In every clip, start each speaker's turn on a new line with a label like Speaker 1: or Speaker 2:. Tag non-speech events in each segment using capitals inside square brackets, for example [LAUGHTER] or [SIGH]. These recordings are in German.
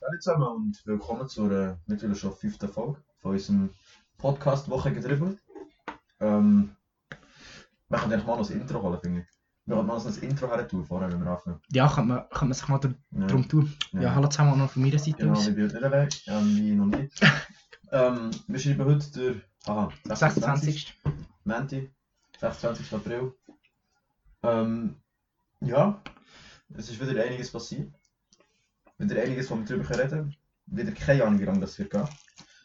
Speaker 1: Hallo zusammen und willkommen zu der natürlich schon fünften Folge von unserem Podcast Woche getribbelt. Ähm, wir können eigentlich mal noch ein Intro holen, finde ich. Wir können mal noch ein Intro her tun, vorher, wenn wir anfangen.
Speaker 2: Ja, kann man, kann man sich mal drum
Speaker 1: Ja,
Speaker 2: tun. Ja. hallo zusammen auch noch von meiner Seite
Speaker 1: Genau,
Speaker 2: aus.
Speaker 1: wir bin nicht allein, ähm, ich noch nicht.
Speaker 2: [LAUGHS]
Speaker 1: ähm, wir schreiben heute der aha,
Speaker 2: 26.
Speaker 1: Menti, 26. April. Ähm, ja, es ist wieder einiges passiert. Wieder einiges, wo wir drüber reden. Wieder keine Ahnung, wie lange das wird gehen.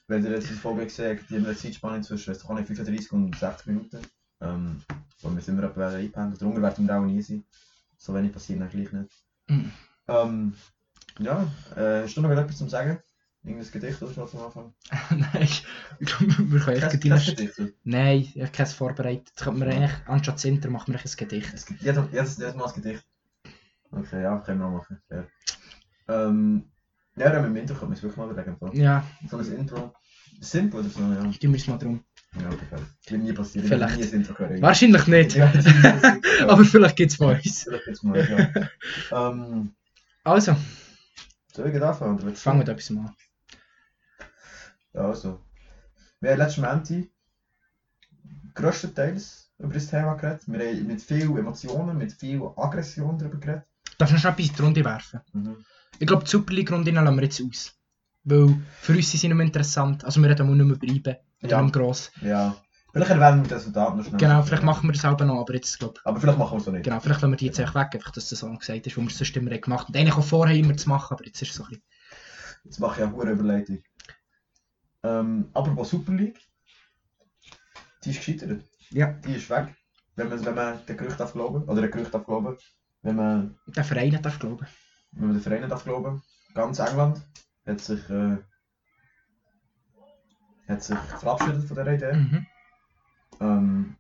Speaker 1: Weil ihr jetzt in der Folge gesehen habt, die haben eine Zeitspanne zwischen weiss doch auch nicht, 35 und 60 Minuten. Ähm, wo wir sind immer etwa eingependelt. Darunter werden wir auch nie sein. So wenig passiert dann gleich nicht.
Speaker 2: Mhm.
Speaker 1: Ähm, ja, äh, hast du noch etwas zu sagen? Irgendein Gedicht oder so zum Anfang?
Speaker 2: [LAUGHS] Nein, ich glaube, wir können
Speaker 1: Kein-
Speaker 2: eigentlich
Speaker 1: kein
Speaker 2: deine...
Speaker 1: Gedicht, oder?
Speaker 2: Nein, ich habe keins vorbereitet. Jetzt könnten wir eigentlich, anstatt das Intro, machen wir eigentlich ein Gedicht.
Speaker 1: Es gibt jedes, jedes, jedes Mal ein Gedicht. Okay, ja, können wir auch machen. Ja, ähm, ja dann mit dem Intro können wir es wirklich mal überlegen. im Fall.
Speaker 2: Ja,
Speaker 1: So ein Intro. Simpel oder so, ja.
Speaker 2: tun wir es mal drum.
Speaker 1: Ja, perfekt. Wird nie passieren. Ich werde
Speaker 2: Vielleicht.
Speaker 1: nie ein Intro hören.
Speaker 2: Wahrscheinlich nicht,
Speaker 1: Ja, das ist ein
Speaker 2: [LAUGHS]
Speaker 1: Intro.
Speaker 2: aber vielleicht gibt es von uns.
Speaker 1: Vielleicht jetzt mal, ja. ähm,
Speaker 2: Also,
Speaker 1: soll ich gleich anfangen? Oder willst du?
Speaker 2: fangen wir mit etwas mal an.
Speaker 1: Ja, also. Wir haben letzten Montag grösstenteils über das Thema geredet. Wir haben mit vielen Emotionen, mit viel Aggression darüber geredet.
Speaker 2: Darf ich noch schnell etwas in die Runde werfen?
Speaker 1: Mhm.
Speaker 2: Ich glaube, die Super League-Runde lassen wir jetzt aus. Weil für uns sind sie nicht mehr interessant. Also wir reden auch nicht mehr über IBE. Oder
Speaker 1: Ja.
Speaker 2: nicht mehr gross.
Speaker 1: Ja. Vielleicht erwähnen wir das Resultat noch schnell.
Speaker 2: Genau, vielleicht machen wir das auch noch, aber jetzt, glaube
Speaker 1: Aber vielleicht machen wir es auch nicht.
Speaker 2: Genau, vielleicht lassen wir die jetzt einfach weg, einfach, dass das auch noch gesagt ist, was wir sonst immer haben gemacht haben. Und eigentlich auch vorher immer zu machen, aber jetzt ist es so ein bisschen...
Speaker 1: Jetzt mache ich eine hohe Überleitung. Ähm, apropos Super League. Die ist gescheitert.
Speaker 2: Ja.
Speaker 1: Die ist weg. Wenn man, wenn man den Gerücht darf glauben, oder den Gerücht darf glauben, wenn man,
Speaker 2: Der Verein hat das, glaube ich.
Speaker 1: wenn man den Vereinen darf glauben, ganz England hat sich, äh, hat sich verabschiedet von dieser Idee.
Speaker 2: Mhm.
Speaker 1: Ähm,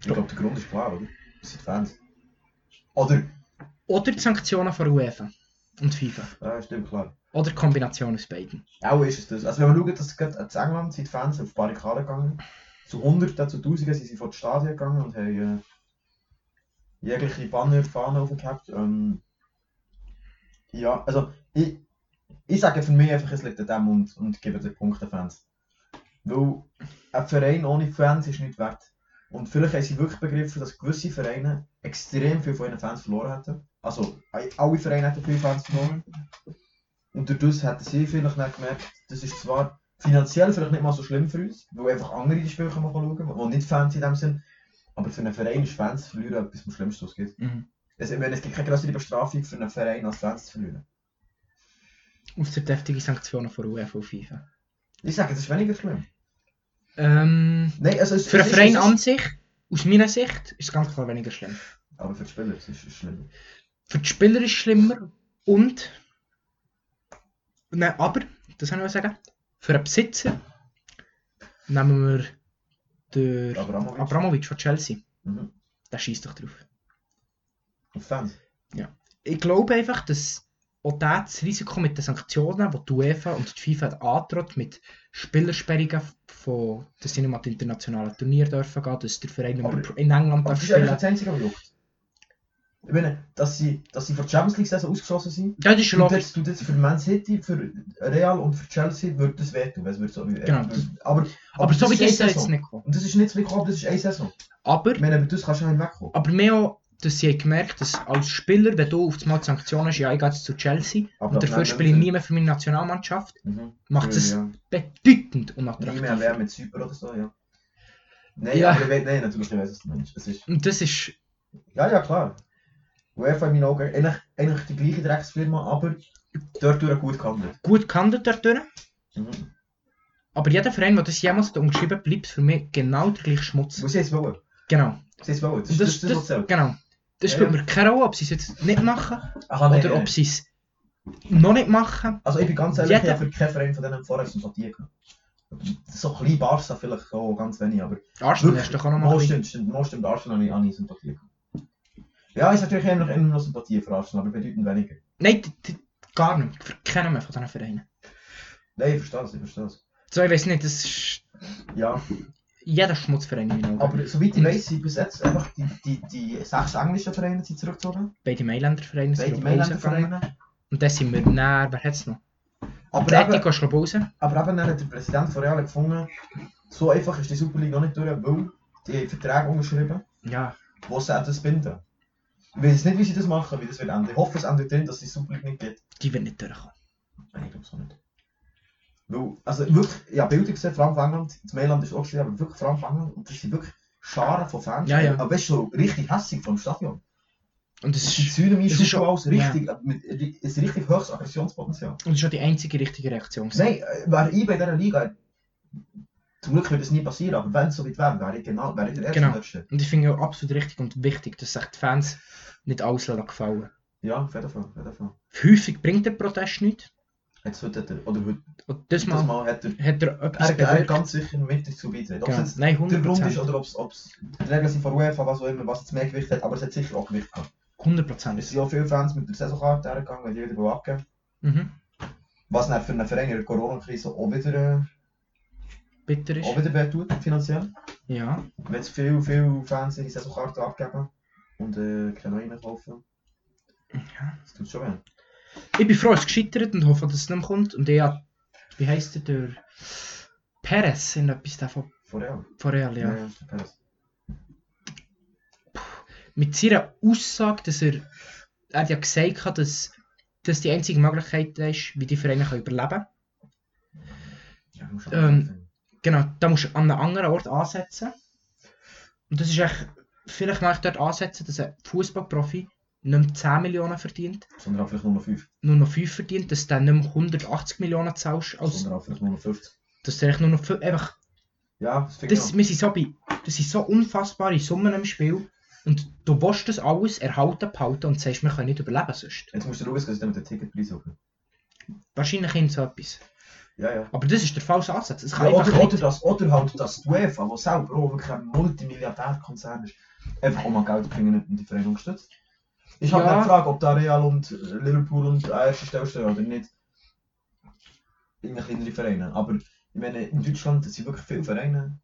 Speaker 1: ich glaube, der Grund ist klar, oder? Das sind die Fans. Oder,
Speaker 2: Oder die Sanktionen von UEFA und FIFA.
Speaker 1: äh, stimmt, klar.
Speaker 2: Oder die Kombination aus beiden.
Speaker 1: Auch ist es das. Also wenn wir schauen, dass gerade in England sind die Fans auf die Barrikaden gegangen. Zu Hunderten, zu Tausenden sind sie vor die Stadien gegangen und haben äh, jegliche Banner, Fahnen aufgehabt. Ähm, ja, also ich, ich sage für mich einfach, es liegt an dem und, und gebe den Punkt den Fans. Weil ein Verein ohne Fans ist nicht wert. Und vielleicht haben sie wirklich begriffen, dass gewisse Vereine extrem viel von ihren Fans verloren hätten. Also alle Vereine hätten viele Fans verloren. Und durch das hätten sie eh vielleicht nicht gemerkt, das ist zwar finanziell vielleicht nicht mal so schlimm für uns, weil einfach andere die Spiele können schauen können, die nicht Fans in dem sind. Aber für einen Verein ist Fans zu verlieren etwas am Schlimmsten, was es gibt.
Speaker 2: Mhm.
Speaker 1: Es, ich meine, es gibt keine größere Bestrafung für einen Verein, als Fans zu verlieren.
Speaker 2: Außer deftige Sanktionen von UEFA und FIFA.
Speaker 1: Ich sage, es ist weniger schlimm.
Speaker 2: Ähm,
Speaker 1: Nein, also es,
Speaker 2: für
Speaker 1: es,
Speaker 2: einen Verein
Speaker 1: es,
Speaker 2: an sich, aus meiner Sicht, ist es ganz klar weniger schlimm.
Speaker 1: Aber für die Spieler es ist es schlimm.
Speaker 2: Für die Spieler ist es schlimmer und... Nein, aber, das kann ich mal sagen, für einen Besitzer nehmen wir den
Speaker 1: Abramovic.
Speaker 2: Abramovic von Chelsea.
Speaker 1: Mhm.
Speaker 2: der schießt doch drauf.
Speaker 1: Und Fans.
Speaker 2: Ich glaube einfach, dass auch der das Risiko mit den Sanktionen, die die UEFA und die FIFA hat angedroht mit Spielersperrungen von, dass sie nicht mal die internationalen Turniere dürfen gehen, dass der Verein nicht mehr
Speaker 1: Aber-
Speaker 2: in England
Speaker 1: Aber
Speaker 2: darf
Speaker 1: das ist eigentlich
Speaker 2: spielen.
Speaker 1: das Einzige, was juckt. Ich meine, dass sie, dass sie für die Champions League-Saison ausgeschossen sind,
Speaker 2: Ja, das ist
Speaker 1: Du
Speaker 2: logisch.
Speaker 1: das, du das für Man City, für Real und für Chelsea dus würde das wehtun, wenn es wird so wie
Speaker 2: Genau.
Speaker 1: Dus, Aber,
Speaker 2: Aber so
Speaker 1: das
Speaker 2: wie
Speaker 1: ist
Speaker 2: ist es
Speaker 1: eine
Speaker 2: jetzt
Speaker 1: Saison.
Speaker 2: nicht gekommen.
Speaker 1: Und das ist nicht so gekommen, das ist eine Saison.
Speaker 2: Aber,
Speaker 1: Ich meine, über das kannst du nicht wegkommen.
Speaker 2: aber mehr auch, dass sie haben gemerkt dass als Spieler, wenn du auf einmal die Sanktionen hast, ja, ich gehe jetzt zu Chelsea
Speaker 1: Aber
Speaker 2: und
Speaker 1: das
Speaker 2: dafür
Speaker 1: merkt
Speaker 2: spiele ich
Speaker 1: man
Speaker 2: nie mehr für meine Nationalmannschaft,
Speaker 1: Mhm.
Speaker 2: macht es
Speaker 1: Ja.
Speaker 2: bedeutend
Speaker 1: Nicht mehr
Speaker 2: unattraktiv.
Speaker 1: wer mit Zypern oder so, ja. Nein,
Speaker 2: Ja.
Speaker 1: aber ich weiß, nein, natürlich, ich weiß, was du meinst. Es ist,
Speaker 2: Und das ist
Speaker 1: ja, ja, klar. UEFA in meinen Augen, eigentlich, eigentlich die gleiche Drecksfirma, aber dort durch gut gehandelt.
Speaker 2: gut gehandelt dadurch.
Speaker 1: Mhm.
Speaker 2: Aber jeder Verein, der das jemals unterschrieben bleibt, für mich genau der gleiche Schmutz.
Speaker 1: Wo sie es wollen.
Speaker 2: Genau.
Speaker 1: Sie es wollen. Das, ist-
Speaker 2: Und
Speaker 1: das, ist das, was zählt.
Speaker 2: genau. Das
Speaker 1: Ja,
Speaker 2: spielt
Speaker 1: ja. äh,
Speaker 2: mir keine Rolle, ob sie es jetzt nicht machen
Speaker 1: Aha, nein,
Speaker 2: oder
Speaker 1: nein.
Speaker 2: ob sie es noch nicht machen.
Speaker 1: Also ich bin ganz ehrlich, ich
Speaker 2: Jeder-
Speaker 1: habe für keinen Verein von denen vorher sympathiert. So klein Barca vielleicht so, ganz wenig, aber
Speaker 2: Arsenal hast du doch auch noch mal
Speaker 1: Mo
Speaker 2: ein bisschen-
Speaker 1: stimmt, stimmt, Mo stimmt, Arsenal habe ich auch nie sympathiert. Ja, ist natürlich immer noch, immer noch Sympathie für Arsenal, aber bedeutend weniger.
Speaker 2: Nein, d- d- gar nicht. Für keinen mehr von diesen Vereinen.
Speaker 1: Nein, ich verstehe es, ich verstehe es.
Speaker 2: So, ich weiß nicht, das ist
Speaker 1: Ja,
Speaker 2: jeder Schmutzverein in meinen Augen.
Speaker 1: aber soweit ich
Speaker 2: Und-
Speaker 1: weiß, sind bis jetzt einfach die, die, die sechs englischen Vereine sind zurückgezogen.
Speaker 2: Beide Mailänder Vereine sind
Speaker 1: Beide
Speaker 2: glaub ich,
Speaker 1: Mailänder
Speaker 2: rausgegangen.
Speaker 1: Vereine.
Speaker 2: Und dann sind wir näher, wer hat es noch? Aber
Speaker 1: Aber eben,
Speaker 2: Atletico ist glaube ich raus.
Speaker 1: aber eben dann hat der Präsident von Real gefunden, so einfach ist die Super League noch nicht durch, weil die haben Verträge unterschrieben,
Speaker 2: Ja,
Speaker 1: die sie das binden. Ich weiß nicht, wie sie das machen, wie das wird enden. Ich hoffe, es endet drin, dass es die Super League nicht gibt.
Speaker 2: die wird nicht durchkommen.
Speaker 1: Nein, ich glaube so nicht. Weil, also wirklich, ich habe Bilder gesehen, vor allem von England, das Mailand ist auch gesehen, aber wirklich vor allem von England, und das sind wirklich Scharen von Fans.
Speaker 2: Ja, ja.
Speaker 1: Aber weißt du, so richtig hässig vom Stadion.
Speaker 2: Und es
Speaker 1: Die
Speaker 2: ist,
Speaker 1: Zäune
Speaker 2: es
Speaker 1: ist
Speaker 2: ist
Speaker 1: schon
Speaker 2: schon-
Speaker 1: alles richtig, äh, mit, ist richtig höchstes Aggressionspotenzial.
Speaker 2: und es ist schon die einzige richtige Reaktion. gewesen.
Speaker 1: Nein, äh, wäre ich bei dieser Liga, zum Glück würde es nie passieren, aber wenn es so weit wäre, wäre ich genau, wäre ich der Erste
Speaker 2: Genau.
Speaker 1: und Letzte.
Speaker 2: Und ich finde auch absolut richtig und wichtig, dass sich die Fans nicht alles lassen gefallen.
Speaker 1: Ja, auf jeden Fall, auf jeden Fall.
Speaker 2: Häufig bringt der Protest nichts.
Speaker 1: Jetzt heute hat er, oder heute,
Speaker 2: Und
Speaker 1: das
Speaker 2: das Mal
Speaker 1: Mal hat er,
Speaker 2: hat er etwas
Speaker 1: er, er
Speaker 2: bewirkt.
Speaker 1: ganz sicher mit dazu beitragen. Ob es
Speaker 2: Genau.
Speaker 1: jetzt
Speaker 2: Nein,
Speaker 1: der Grund ist
Speaker 2: 100%.
Speaker 1: oder ob es die Regeln sind von UEFA, was auch immer, was jetzt mehr Gewicht hat, aber es hat sicher auch Gewicht gehabt.
Speaker 2: 100%.
Speaker 1: Es sind auch viele Fans mit der Saisonkarte hergegangen, die wieder wollen abgeben
Speaker 2: Mhm.
Speaker 1: Was dann für einen Verein in der Corona-Krise auch wieder,
Speaker 2: Bitter
Speaker 1: äh, auch
Speaker 2: ist.
Speaker 1: wieder wehtut, finanziell.
Speaker 2: Ja.
Speaker 1: Wenn es viele, viele Fans ihre Saisonkarte abgeben und äh, keine neuen kaufen,
Speaker 2: ja.
Speaker 1: das tut schon weh.
Speaker 2: Ich bin froh, es ist gescheitert und hoffe, dass es nicht mehr kommt. Und ich habe, wie heisst der, der Perez, in etwas der von,
Speaker 1: Von Real.
Speaker 2: von Real, ja.
Speaker 1: ja ist der Perez.
Speaker 2: Mit seiner Aussage, dass er, er hat ja gesagt hat, dass das die einzige Möglichkeit ist, wie die Vereine können überleben können.
Speaker 1: Ja, muss schon
Speaker 2: Ähm,
Speaker 1: sagen.
Speaker 2: Genau, da musst du an einem anderen Ort ansetzen. Und das ist echt, vielleicht möchte ich dort ansetzen, dass ein Fußballprofi nicht mehr 10 Millionen verdient,
Speaker 1: Sondern auch vielleicht nur noch 5.
Speaker 2: nur noch 5 verdient, dass du dann nicht mehr 180 Millionen zahlst, als,
Speaker 1: Sondern auch vielleicht nur noch 50.
Speaker 2: dass du eigentlich nur noch 5, einfach
Speaker 1: Ja, das finde ich
Speaker 2: Das, wir sind so bei, das sind so unfassbare Summen im Spiel. Und du willst das alles erhalten, behalten und sagst, wir können nicht überleben sonst.
Speaker 1: auch. Jetzt musst du schauen, dass ich dann mit dem Ticketpreis hoch.
Speaker 2: Wahrscheinlich in so etwas.
Speaker 1: Ja, ja.
Speaker 2: Aber das ist der falsche Ansatz. Es
Speaker 1: Ja,
Speaker 2: kann einfach
Speaker 1: oder,
Speaker 2: nicht.
Speaker 1: oder, das, oder halt das UEFA, das selber auch wirklich ein Multimilliardärkonzern ist, einfach auch mal Geld bringen und die Vereine unterstützt. Ich habe
Speaker 2: Ja.
Speaker 1: ja. die Frage, ob da Real und Liverpool eh, und AFC Stelle stehen oder nicht. Irgendwie kleinere Vereine. Aber ich meine, eh, in Deutschland sind wirklich viele Vereine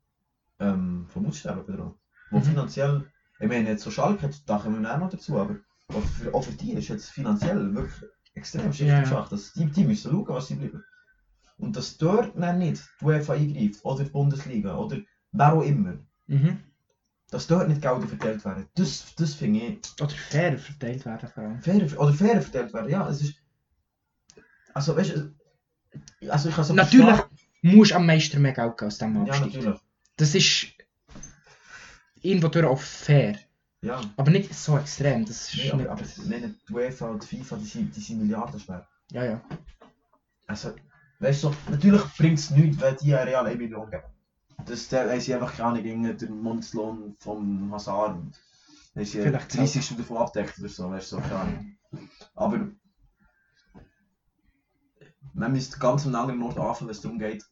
Speaker 1: ähm, vom Aussterben bedroht. Wo
Speaker 2: Mhm.
Speaker 1: finanziell, ich meine, jetzt so Schalke, da kommen wir auch noch dazu, aber auch für, auch für die ist jetzt finanziell wirklich extrem schlecht
Speaker 2: Ja, ja.
Speaker 1: yeah. geschafft. Das, die, die müssen schauen, was sie bleiben. Und dass dort dann nicht die UEFA eingreift, oder die Bundesliga, oder wer auch immer,
Speaker 2: Mhm.
Speaker 1: dass dort nicht Gelder verteilt werden, das, das finde ich
Speaker 2: Oder fair verteilt werden vor allem.
Speaker 1: fair, oder fair verteilt werden, ja, dus- es ist... Also weißt du, es- also ich kann so
Speaker 2: Natürlich musst du am meisten mehr Geld geben als dem
Speaker 1: Ja,
Speaker 2: Abstieg.
Speaker 1: natürlich,
Speaker 2: das ist irgendwo durch auch fair.
Speaker 1: ja.
Speaker 2: Aber nicht so extrem. Das ist
Speaker 1: Nee,
Speaker 2: nicht.
Speaker 1: aber, aber nein, die UEFA und die FIFA, die sind, die sind Milliarden schwer.
Speaker 2: ja, ja.
Speaker 1: Also, weißt du, natürlich bringt es nichts, wenn die eine Real 1 Million geben. Das da haben sie einfach keine gegen den Mondslohn vom Hazard. und Da haben sie
Speaker 2: Vielleicht
Speaker 1: 30 Stunden davon abdeckt oder so, weißt du, so keine Ahnung. Aber man müsste ganz am anderen Ort anfangen, wenn es darum geht,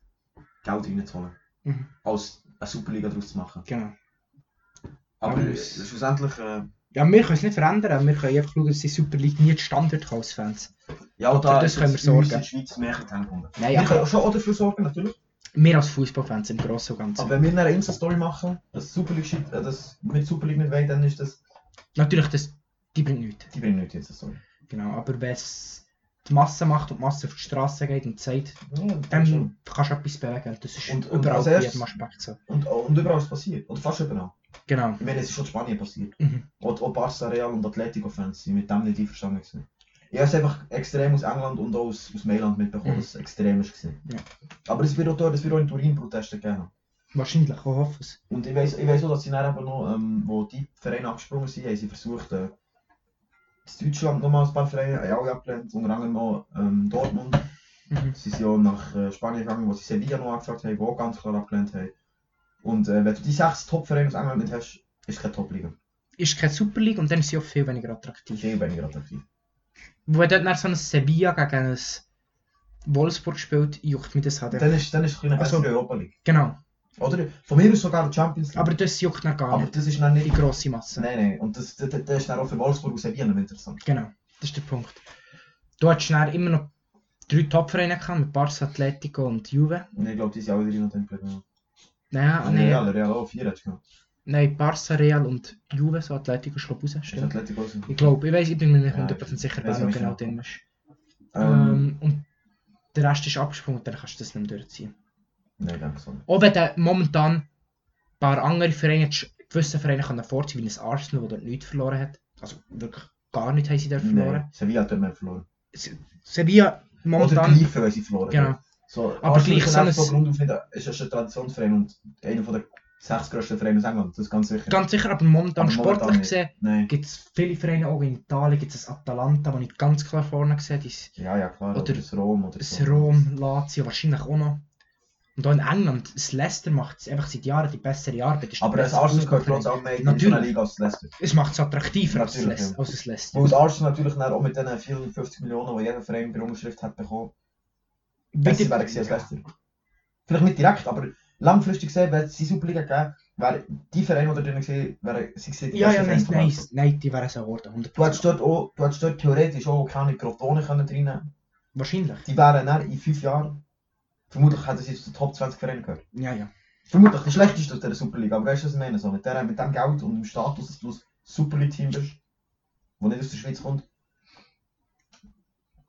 Speaker 1: Geld reinzuholen.
Speaker 2: Mhm.
Speaker 1: Als eine Superliga daraus zu machen.
Speaker 2: Genau.
Speaker 1: Aber
Speaker 2: Aber-
Speaker 1: äh, schlussendlich, äh,
Speaker 2: Ja, wir können es nicht verändern. Wir können einfach schauen, dass die Super League nie Standard kann als Fans.
Speaker 1: ja, und da
Speaker 2: das
Speaker 1: ist
Speaker 2: können
Speaker 1: jetzt
Speaker 2: wir
Speaker 1: uns
Speaker 2: sorgen.
Speaker 1: in der Schweiz mehr hinkommen.
Speaker 2: Nein,
Speaker 1: Wir
Speaker 2: aber
Speaker 1: können schon auch dafür sorgen, natürlich.
Speaker 2: wir als Fußballfans im Großen und Ganzen.
Speaker 1: Aber wenn wir eine Insta-Story machen, dass Super League schiebt, äh, dass mit Super League nicht weit, dann ist das.
Speaker 2: Natürlich, das, die bringt nichts.
Speaker 1: Die bringen nicht die Insta-Story.
Speaker 2: Genau, aber wenn es die Masse macht und die Masse auf die Straße geht und sagt,
Speaker 1: Ja,
Speaker 2: dann
Speaker 1: das schon.
Speaker 2: kannst du etwas bewegen. Das ist
Speaker 1: Und- und
Speaker 2: überall
Speaker 1: als
Speaker 2: bei
Speaker 1: erstes-
Speaker 2: jedem Aspekt so.
Speaker 1: und, auch- und überall ist es passiert. Und fast überall.
Speaker 2: Genau.
Speaker 1: Ich meine, es ist schon in Spanien passiert.
Speaker 2: Mhm.
Speaker 1: Und auch Barca, Real und Atletico-Fans sind mit dem nicht einverstanden. Gewesen. Ich habe es einfach extrem aus England und auch aus, aus Mailand mitbekommen,
Speaker 2: Mhm.
Speaker 1: dass es extrem ist. Gewesen.
Speaker 2: Ja.
Speaker 1: Aber es wird auch, dort- es wird auch in Turin Proteste gegeben. haben.
Speaker 2: Wahrscheinlich, ich hoffe es.
Speaker 1: Und ich weiß, ich weiss auch, dass sie dann aber noch, ähm, wo die Vereine abgesprungen sind, haben sie versucht, äh, in Deutschland nochmal ein paar Vereine, haben alle abgelehnt, unter anderem auch ähm, Dortmund.
Speaker 2: Mhm.
Speaker 1: Sie sind auch nach äh, Spanien gegangen, wo sie Sevilla noch angefragt haben, die auch ganz klar abgelehnt haben. Und äh, wenn du die sechs Top-Vereine aus England nicht hast, ist keine Top-Liga.
Speaker 2: Ist keine Super League und dann ist sie auch viel weniger attraktiv.
Speaker 1: Viel weniger attraktiv.
Speaker 2: Wo wenn dort nach so ein Sevilla gegen ein Wolfsburg spielt, juckt mich das halt.
Speaker 1: Dann ist, dann ist es ein bisschen
Speaker 2: Also-
Speaker 1: besser die Europa League.
Speaker 2: Genau.
Speaker 1: Oder von mir aus sogar die Champions League.
Speaker 2: Aber das juckt noch gar
Speaker 1: Aber
Speaker 2: nicht.
Speaker 1: das ist dann
Speaker 2: Die
Speaker 1: nicht.
Speaker 2: grosse Masse.
Speaker 1: Nein, nein. Und das, das, das ist dann auch für Wolfsburg und Sevilla noch interessant.
Speaker 2: Genau, das ist der Punkt. Du hattest dann immer noch drei Top-Vereine gehabt, mit Barca, Atletico und Juve.
Speaker 1: Und ich glaube, die sind alle drei noch drin geblieben.
Speaker 2: Nein,
Speaker 1: Und
Speaker 2: nein,
Speaker 1: Real, Real auch vier hat es gehabt.
Speaker 2: nein, Barca, Real und Juve, so Atletico ist glaub ich raus,
Speaker 1: Ist
Speaker 2: stimmt.
Speaker 1: Atletico so.
Speaker 2: Ich glaube, ich weiß, ich bin mir nicht
Speaker 1: Ja,
Speaker 2: 100% sicher,
Speaker 1: weiss
Speaker 2: wer noch
Speaker 1: ich
Speaker 2: genau
Speaker 1: nicht.
Speaker 2: drin ist.
Speaker 1: Ähm,
Speaker 2: Ähm, und der Rest ist abgesprungen, dann kannst du das nicht mehr durchziehen.
Speaker 1: Nein, denke so nicht.
Speaker 2: Auch wenn du momentan ein paar andere Vereine, gewisse Vereine können vorziehen, wie ein Arsenal, der dort nichts verloren hat. Also wirklich gar nichts haben sie dort verloren.
Speaker 1: Nein, Sevilla hat nicht mehr verloren.
Speaker 2: Se- Sevilla
Speaker 1: Oder
Speaker 2: momentan...
Speaker 1: gleich für uns verloren.
Speaker 2: Genau.
Speaker 1: So,
Speaker 2: Aber gleich so ein-
Speaker 1: so Grund auf nicht, es ist ein Traditionsverein und einer von den sechs grössten Vereinen in England, das ist ganz sicher.
Speaker 2: Ganz sicher, aber momentan
Speaker 1: Aber momentan
Speaker 2: sportlich
Speaker 1: nicht.
Speaker 2: gesehen
Speaker 1: Nein.
Speaker 2: gibt es viele Vereine, auch in Italien gibt es Atalanta, die ich ganz klar vorne sehe, die s-
Speaker 1: Ja, ja, klar.
Speaker 2: Oder
Speaker 1: Oder, das Rom oder
Speaker 2: das
Speaker 1: so.
Speaker 2: Rom, Lazio, wahrscheinlich auch noch. Und auch in England, das Leicester macht es einfach seit Jahren die bessere Arbeit. Ist
Speaker 1: Aber
Speaker 2: der
Speaker 1: das
Speaker 2: bessere
Speaker 1: Arsenal gehört trotz
Speaker 2: Fußballverein.
Speaker 1: allem mehr in
Speaker 2: Natürlich.
Speaker 1: so eine Liga als Leicester.
Speaker 2: Es macht es attraktiver als das
Speaker 1: Natürlich,
Speaker 2: Leicester.
Speaker 1: ja.
Speaker 2: Als das Leicester.
Speaker 1: Weil das Arsenal natürlich dann auch mit den 450 Millionen, die jeder Verein per Unterschrift hat bekommen, besser wäre gewesen als Leicester. Vielleicht nicht direkt, aber langfristig gesehen, wenn es die Superliga gegeben wäre, die Vereine, die da drin waren, wären sie gewesen, die
Speaker 2: Ja, ja,
Speaker 1: besten
Speaker 2: nein,
Speaker 1: Vereine der
Speaker 2: nein,
Speaker 1: Welt.
Speaker 2: nein, die wären so geworden. 100%.
Speaker 1: Du hättest dort, auch- du hättest dort theoretisch auch keine Krotonen können reinnehmen
Speaker 2: Wahrscheinlich.
Speaker 1: Die wären dann in fünf Jahren, vermutlich hätten sie zu den Top 20 Vereinen gehört.
Speaker 2: Ja, ja.
Speaker 1: Vermutlich der schlechteste aus dieser Superliga, aber weißt du, was ich meine? So, mit, der, mit dem Geld und dem Status, dass du ein Superleague-Team bist, das nicht aus der Schweiz kommt,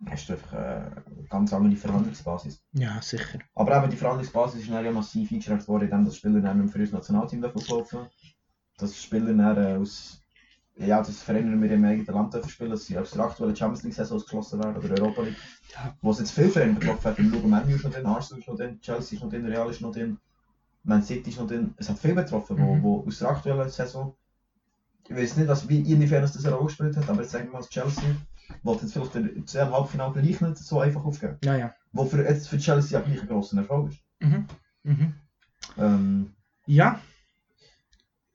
Speaker 1: hast du einfach äh, eine ganz andere Verhandlungsbasis.
Speaker 2: Ja, sicher.
Speaker 1: Aber eben die Verhandlungsbasis ist dann ja massiv eingeschränkt worden, indem das Spieler dann nicht mehr für das Nationalteam dürfen kaufen Dass Spieler dann äh, aus. Ja, dass Vereine nicht mehr im eigenen Land dürfen spielen, dass sie aus der aktuellen Champions League-Saison ausgeschlossen werden oder Europa League.
Speaker 2: Ja.
Speaker 1: Wo es jetzt viele Vereine betroffen hat. Im Lugo Manu ist noch drin, Arsenal ist noch drin, Chelsea ist noch drin, Real ist noch drin, Man City ist noch drin. Es hat viele betroffen, wo,
Speaker 2: Mhm.
Speaker 1: wo aus der aktuellen Saison. Ich weiß nicht, was, wie inwiefern das eine Rolle gespielt hat, aber jetzt sagen wir mal, Chelsea wollte jetzt vielleicht den- das Halbfinale gleich nicht so einfach aufgeben.
Speaker 2: Ja, ja.
Speaker 1: Wo für, jetzt für Chelsea ja gleich ein grosser Erfolg ist.
Speaker 2: Mhm. Mhm.
Speaker 1: Ähm,
Speaker 2: Ja,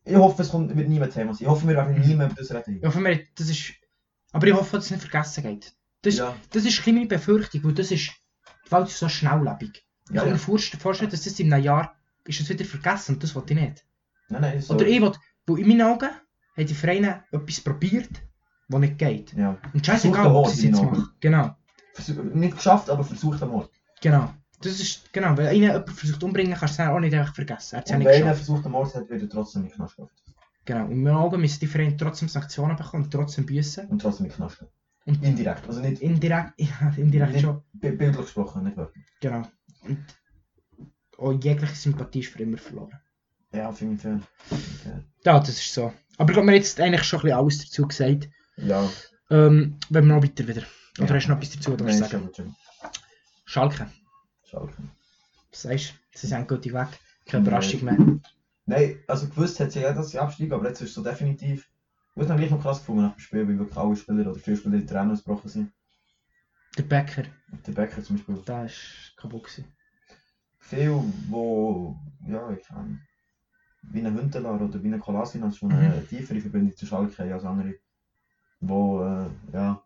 Speaker 1: ich hoffe, es kommt, wird nie mehr Thema sein. Ich hoffe, wir
Speaker 2: Mhm.
Speaker 1: werden nie mehr über das reden.
Speaker 2: ich hoffe, wir- das ist. Aber ich hoffe, dass es nicht vergessen geht. Das,
Speaker 1: ja,
Speaker 2: das ist ein bisschen meine Befürchtung, weil das ist. Die Welt ist so schnelllebig. Ich
Speaker 1: ja,
Speaker 2: kann
Speaker 1: ja.
Speaker 2: mir vorst- vorstellen, dass das in einem Jahr ist es wieder vergessen und das wollte ich nicht.
Speaker 1: Nein, nein, so.
Speaker 2: Oder ich will, weil in meinen Augen haben die Vereine etwas probiert, was nicht geht.
Speaker 1: ja.
Speaker 2: Und scheißegal,
Speaker 1: Versucht
Speaker 2: was sie es jetzt
Speaker 1: der Wahnsinn,
Speaker 2: machen. Genau,
Speaker 1: Versuch, nicht geschafft, aber versucht am Mord.
Speaker 2: genau. Das ist, genau, wenn einer jemanden versucht umbringen, kannst du es dann auch nicht einfach vergessen. Er hat es ja
Speaker 1: Und
Speaker 2: nicht
Speaker 1: wenn er
Speaker 2: geschafft.
Speaker 1: versucht am Mord hat, wird er trotzdem in den Knast gebracht.
Speaker 2: Genau, und in meinen Augen müssen die Vereine trotzdem Sanktionen bekommen und trotzdem büssen.
Speaker 1: Und trotzdem in den Knast gebracht.
Speaker 2: Und-
Speaker 1: Indirekt. Also nicht
Speaker 2: Indirekt, [LAUGHS] ja, indirekt
Speaker 1: Nicht-
Speaker 2: schon.
Speaker 1: bi- bildlich gesprochen, nicht wirklich.
Speaker 2: Genau. Und auch jegliche Sympathie ist für immer verloren.
Speaker 1: Ja, finde ich fair.
Speaker 2: Ja, das ist so. Aber ich glaube, wir haben jetzt eigentlich schon ein bisschen alles dazu gesagt.
Speaker 1: Ja.
Speaker 2: Ähm, wenn wir noch weiter wieder. Oder
Speaker 1: Ja.
Speaker 2: hast du noch etwas dazu,
Speaker 1: Nein,
Speaker 2: was du sagen?
Speaker 1: schon, schon.
Speaker 2: Schalke,
Speaker 1: Schade.
Speaker 2: was sagst du? Sie sind endgültig weg.
Speaker 1: Nein.
Speaker 2: Keine Überraschung mehr.
Speaker 1: Nein, also gewusst hat sie ja, dass sie absteigen, aber jetzt ist so definitiv. Ich habe gleich noch krass gefunden nach dem Spiel, weil wirklich alle Spieler oder viele Spieler in Tränen ausgebrochen sind.
Speaker 2: Der Bäcker,
Speaker 1: Der Becker zum Beispiel.
Speaker 2: der ist kaputt gewesen.
Speaker 1: viel, wo, ja, ich kann, wie ein Hüntelar oder wie ein Kolasinac, die
Speaker 2: Mhm.
Speaker 1: eine tiefere Verbindung zu Schalke haben als andere, wo, äh, ja,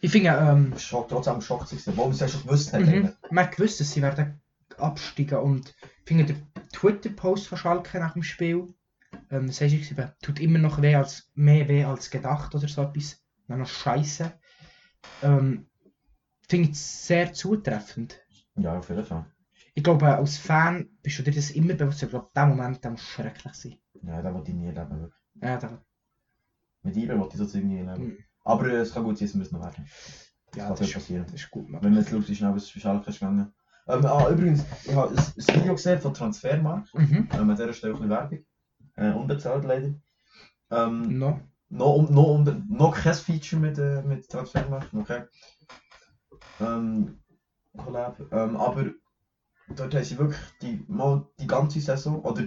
Speaker 2: Ich finde, ähm,
Speaker 1: schock, trotzdem geschockt sind, obwohl man es ja schon gewusst hat.
Speaker 2: mhm,
Speaker 1: eigentlich.
Speaker 2: man hat gewusst, dass sie werden absteigen und ich finde, der Twitter-Post von Schalke nach dem Spiel, ähm, das heißt, ich tut immer noch weh als, mehr weh als gedacht oder so etwas. Dann noch Scheiße. Ähm, finde ich sehr zutreffend.
Speaker 1: Ja, auf jeden Fall.
Speaker 2: Ich glaube, als Fan bist du dir das immer bewusst. Ich glaube, der Moment der muss schrecklich sein.
Speaker 1: Ja, da wollte ich nie leben. wirklich.
Speaker 2: Ja, der,
Speaker 1: Mit ihm wollte ich so Zeug nie leben.
Speaker 2: Mhm.
Speaker 1: Aber äh, es kann gut sein, dass wir es noch werden. Das
Speaker 2: ja,
Speaker 1: kann
Speaker 2: das,
Speaker 1: viel
Speaker 2: ist,
Speaker 1: passieren.
Speaker 2: das ist gut. Mann.
Speaker 1: Wenn man jetzt schaut, wie schnell es für Schalke ist gegangen. Ähm, ah, übrigens, ich habe ein, ein Video gesehen von Transfermarkt,
Speaker 2: Mhm.
Speaker 1: ähm, an dieser Stelle ein bisschen Werbung. Äh, unbezahlt leider. Ähm,
Speaker 2: Noch.
Speaker 1: Noch, um, noch, um, noch kein Feature mit, äh, mit Transfermarkt, noch kein ähm, Collab. Ähm, aber dort haben sie wirklich die, mal die ganze Saison, oder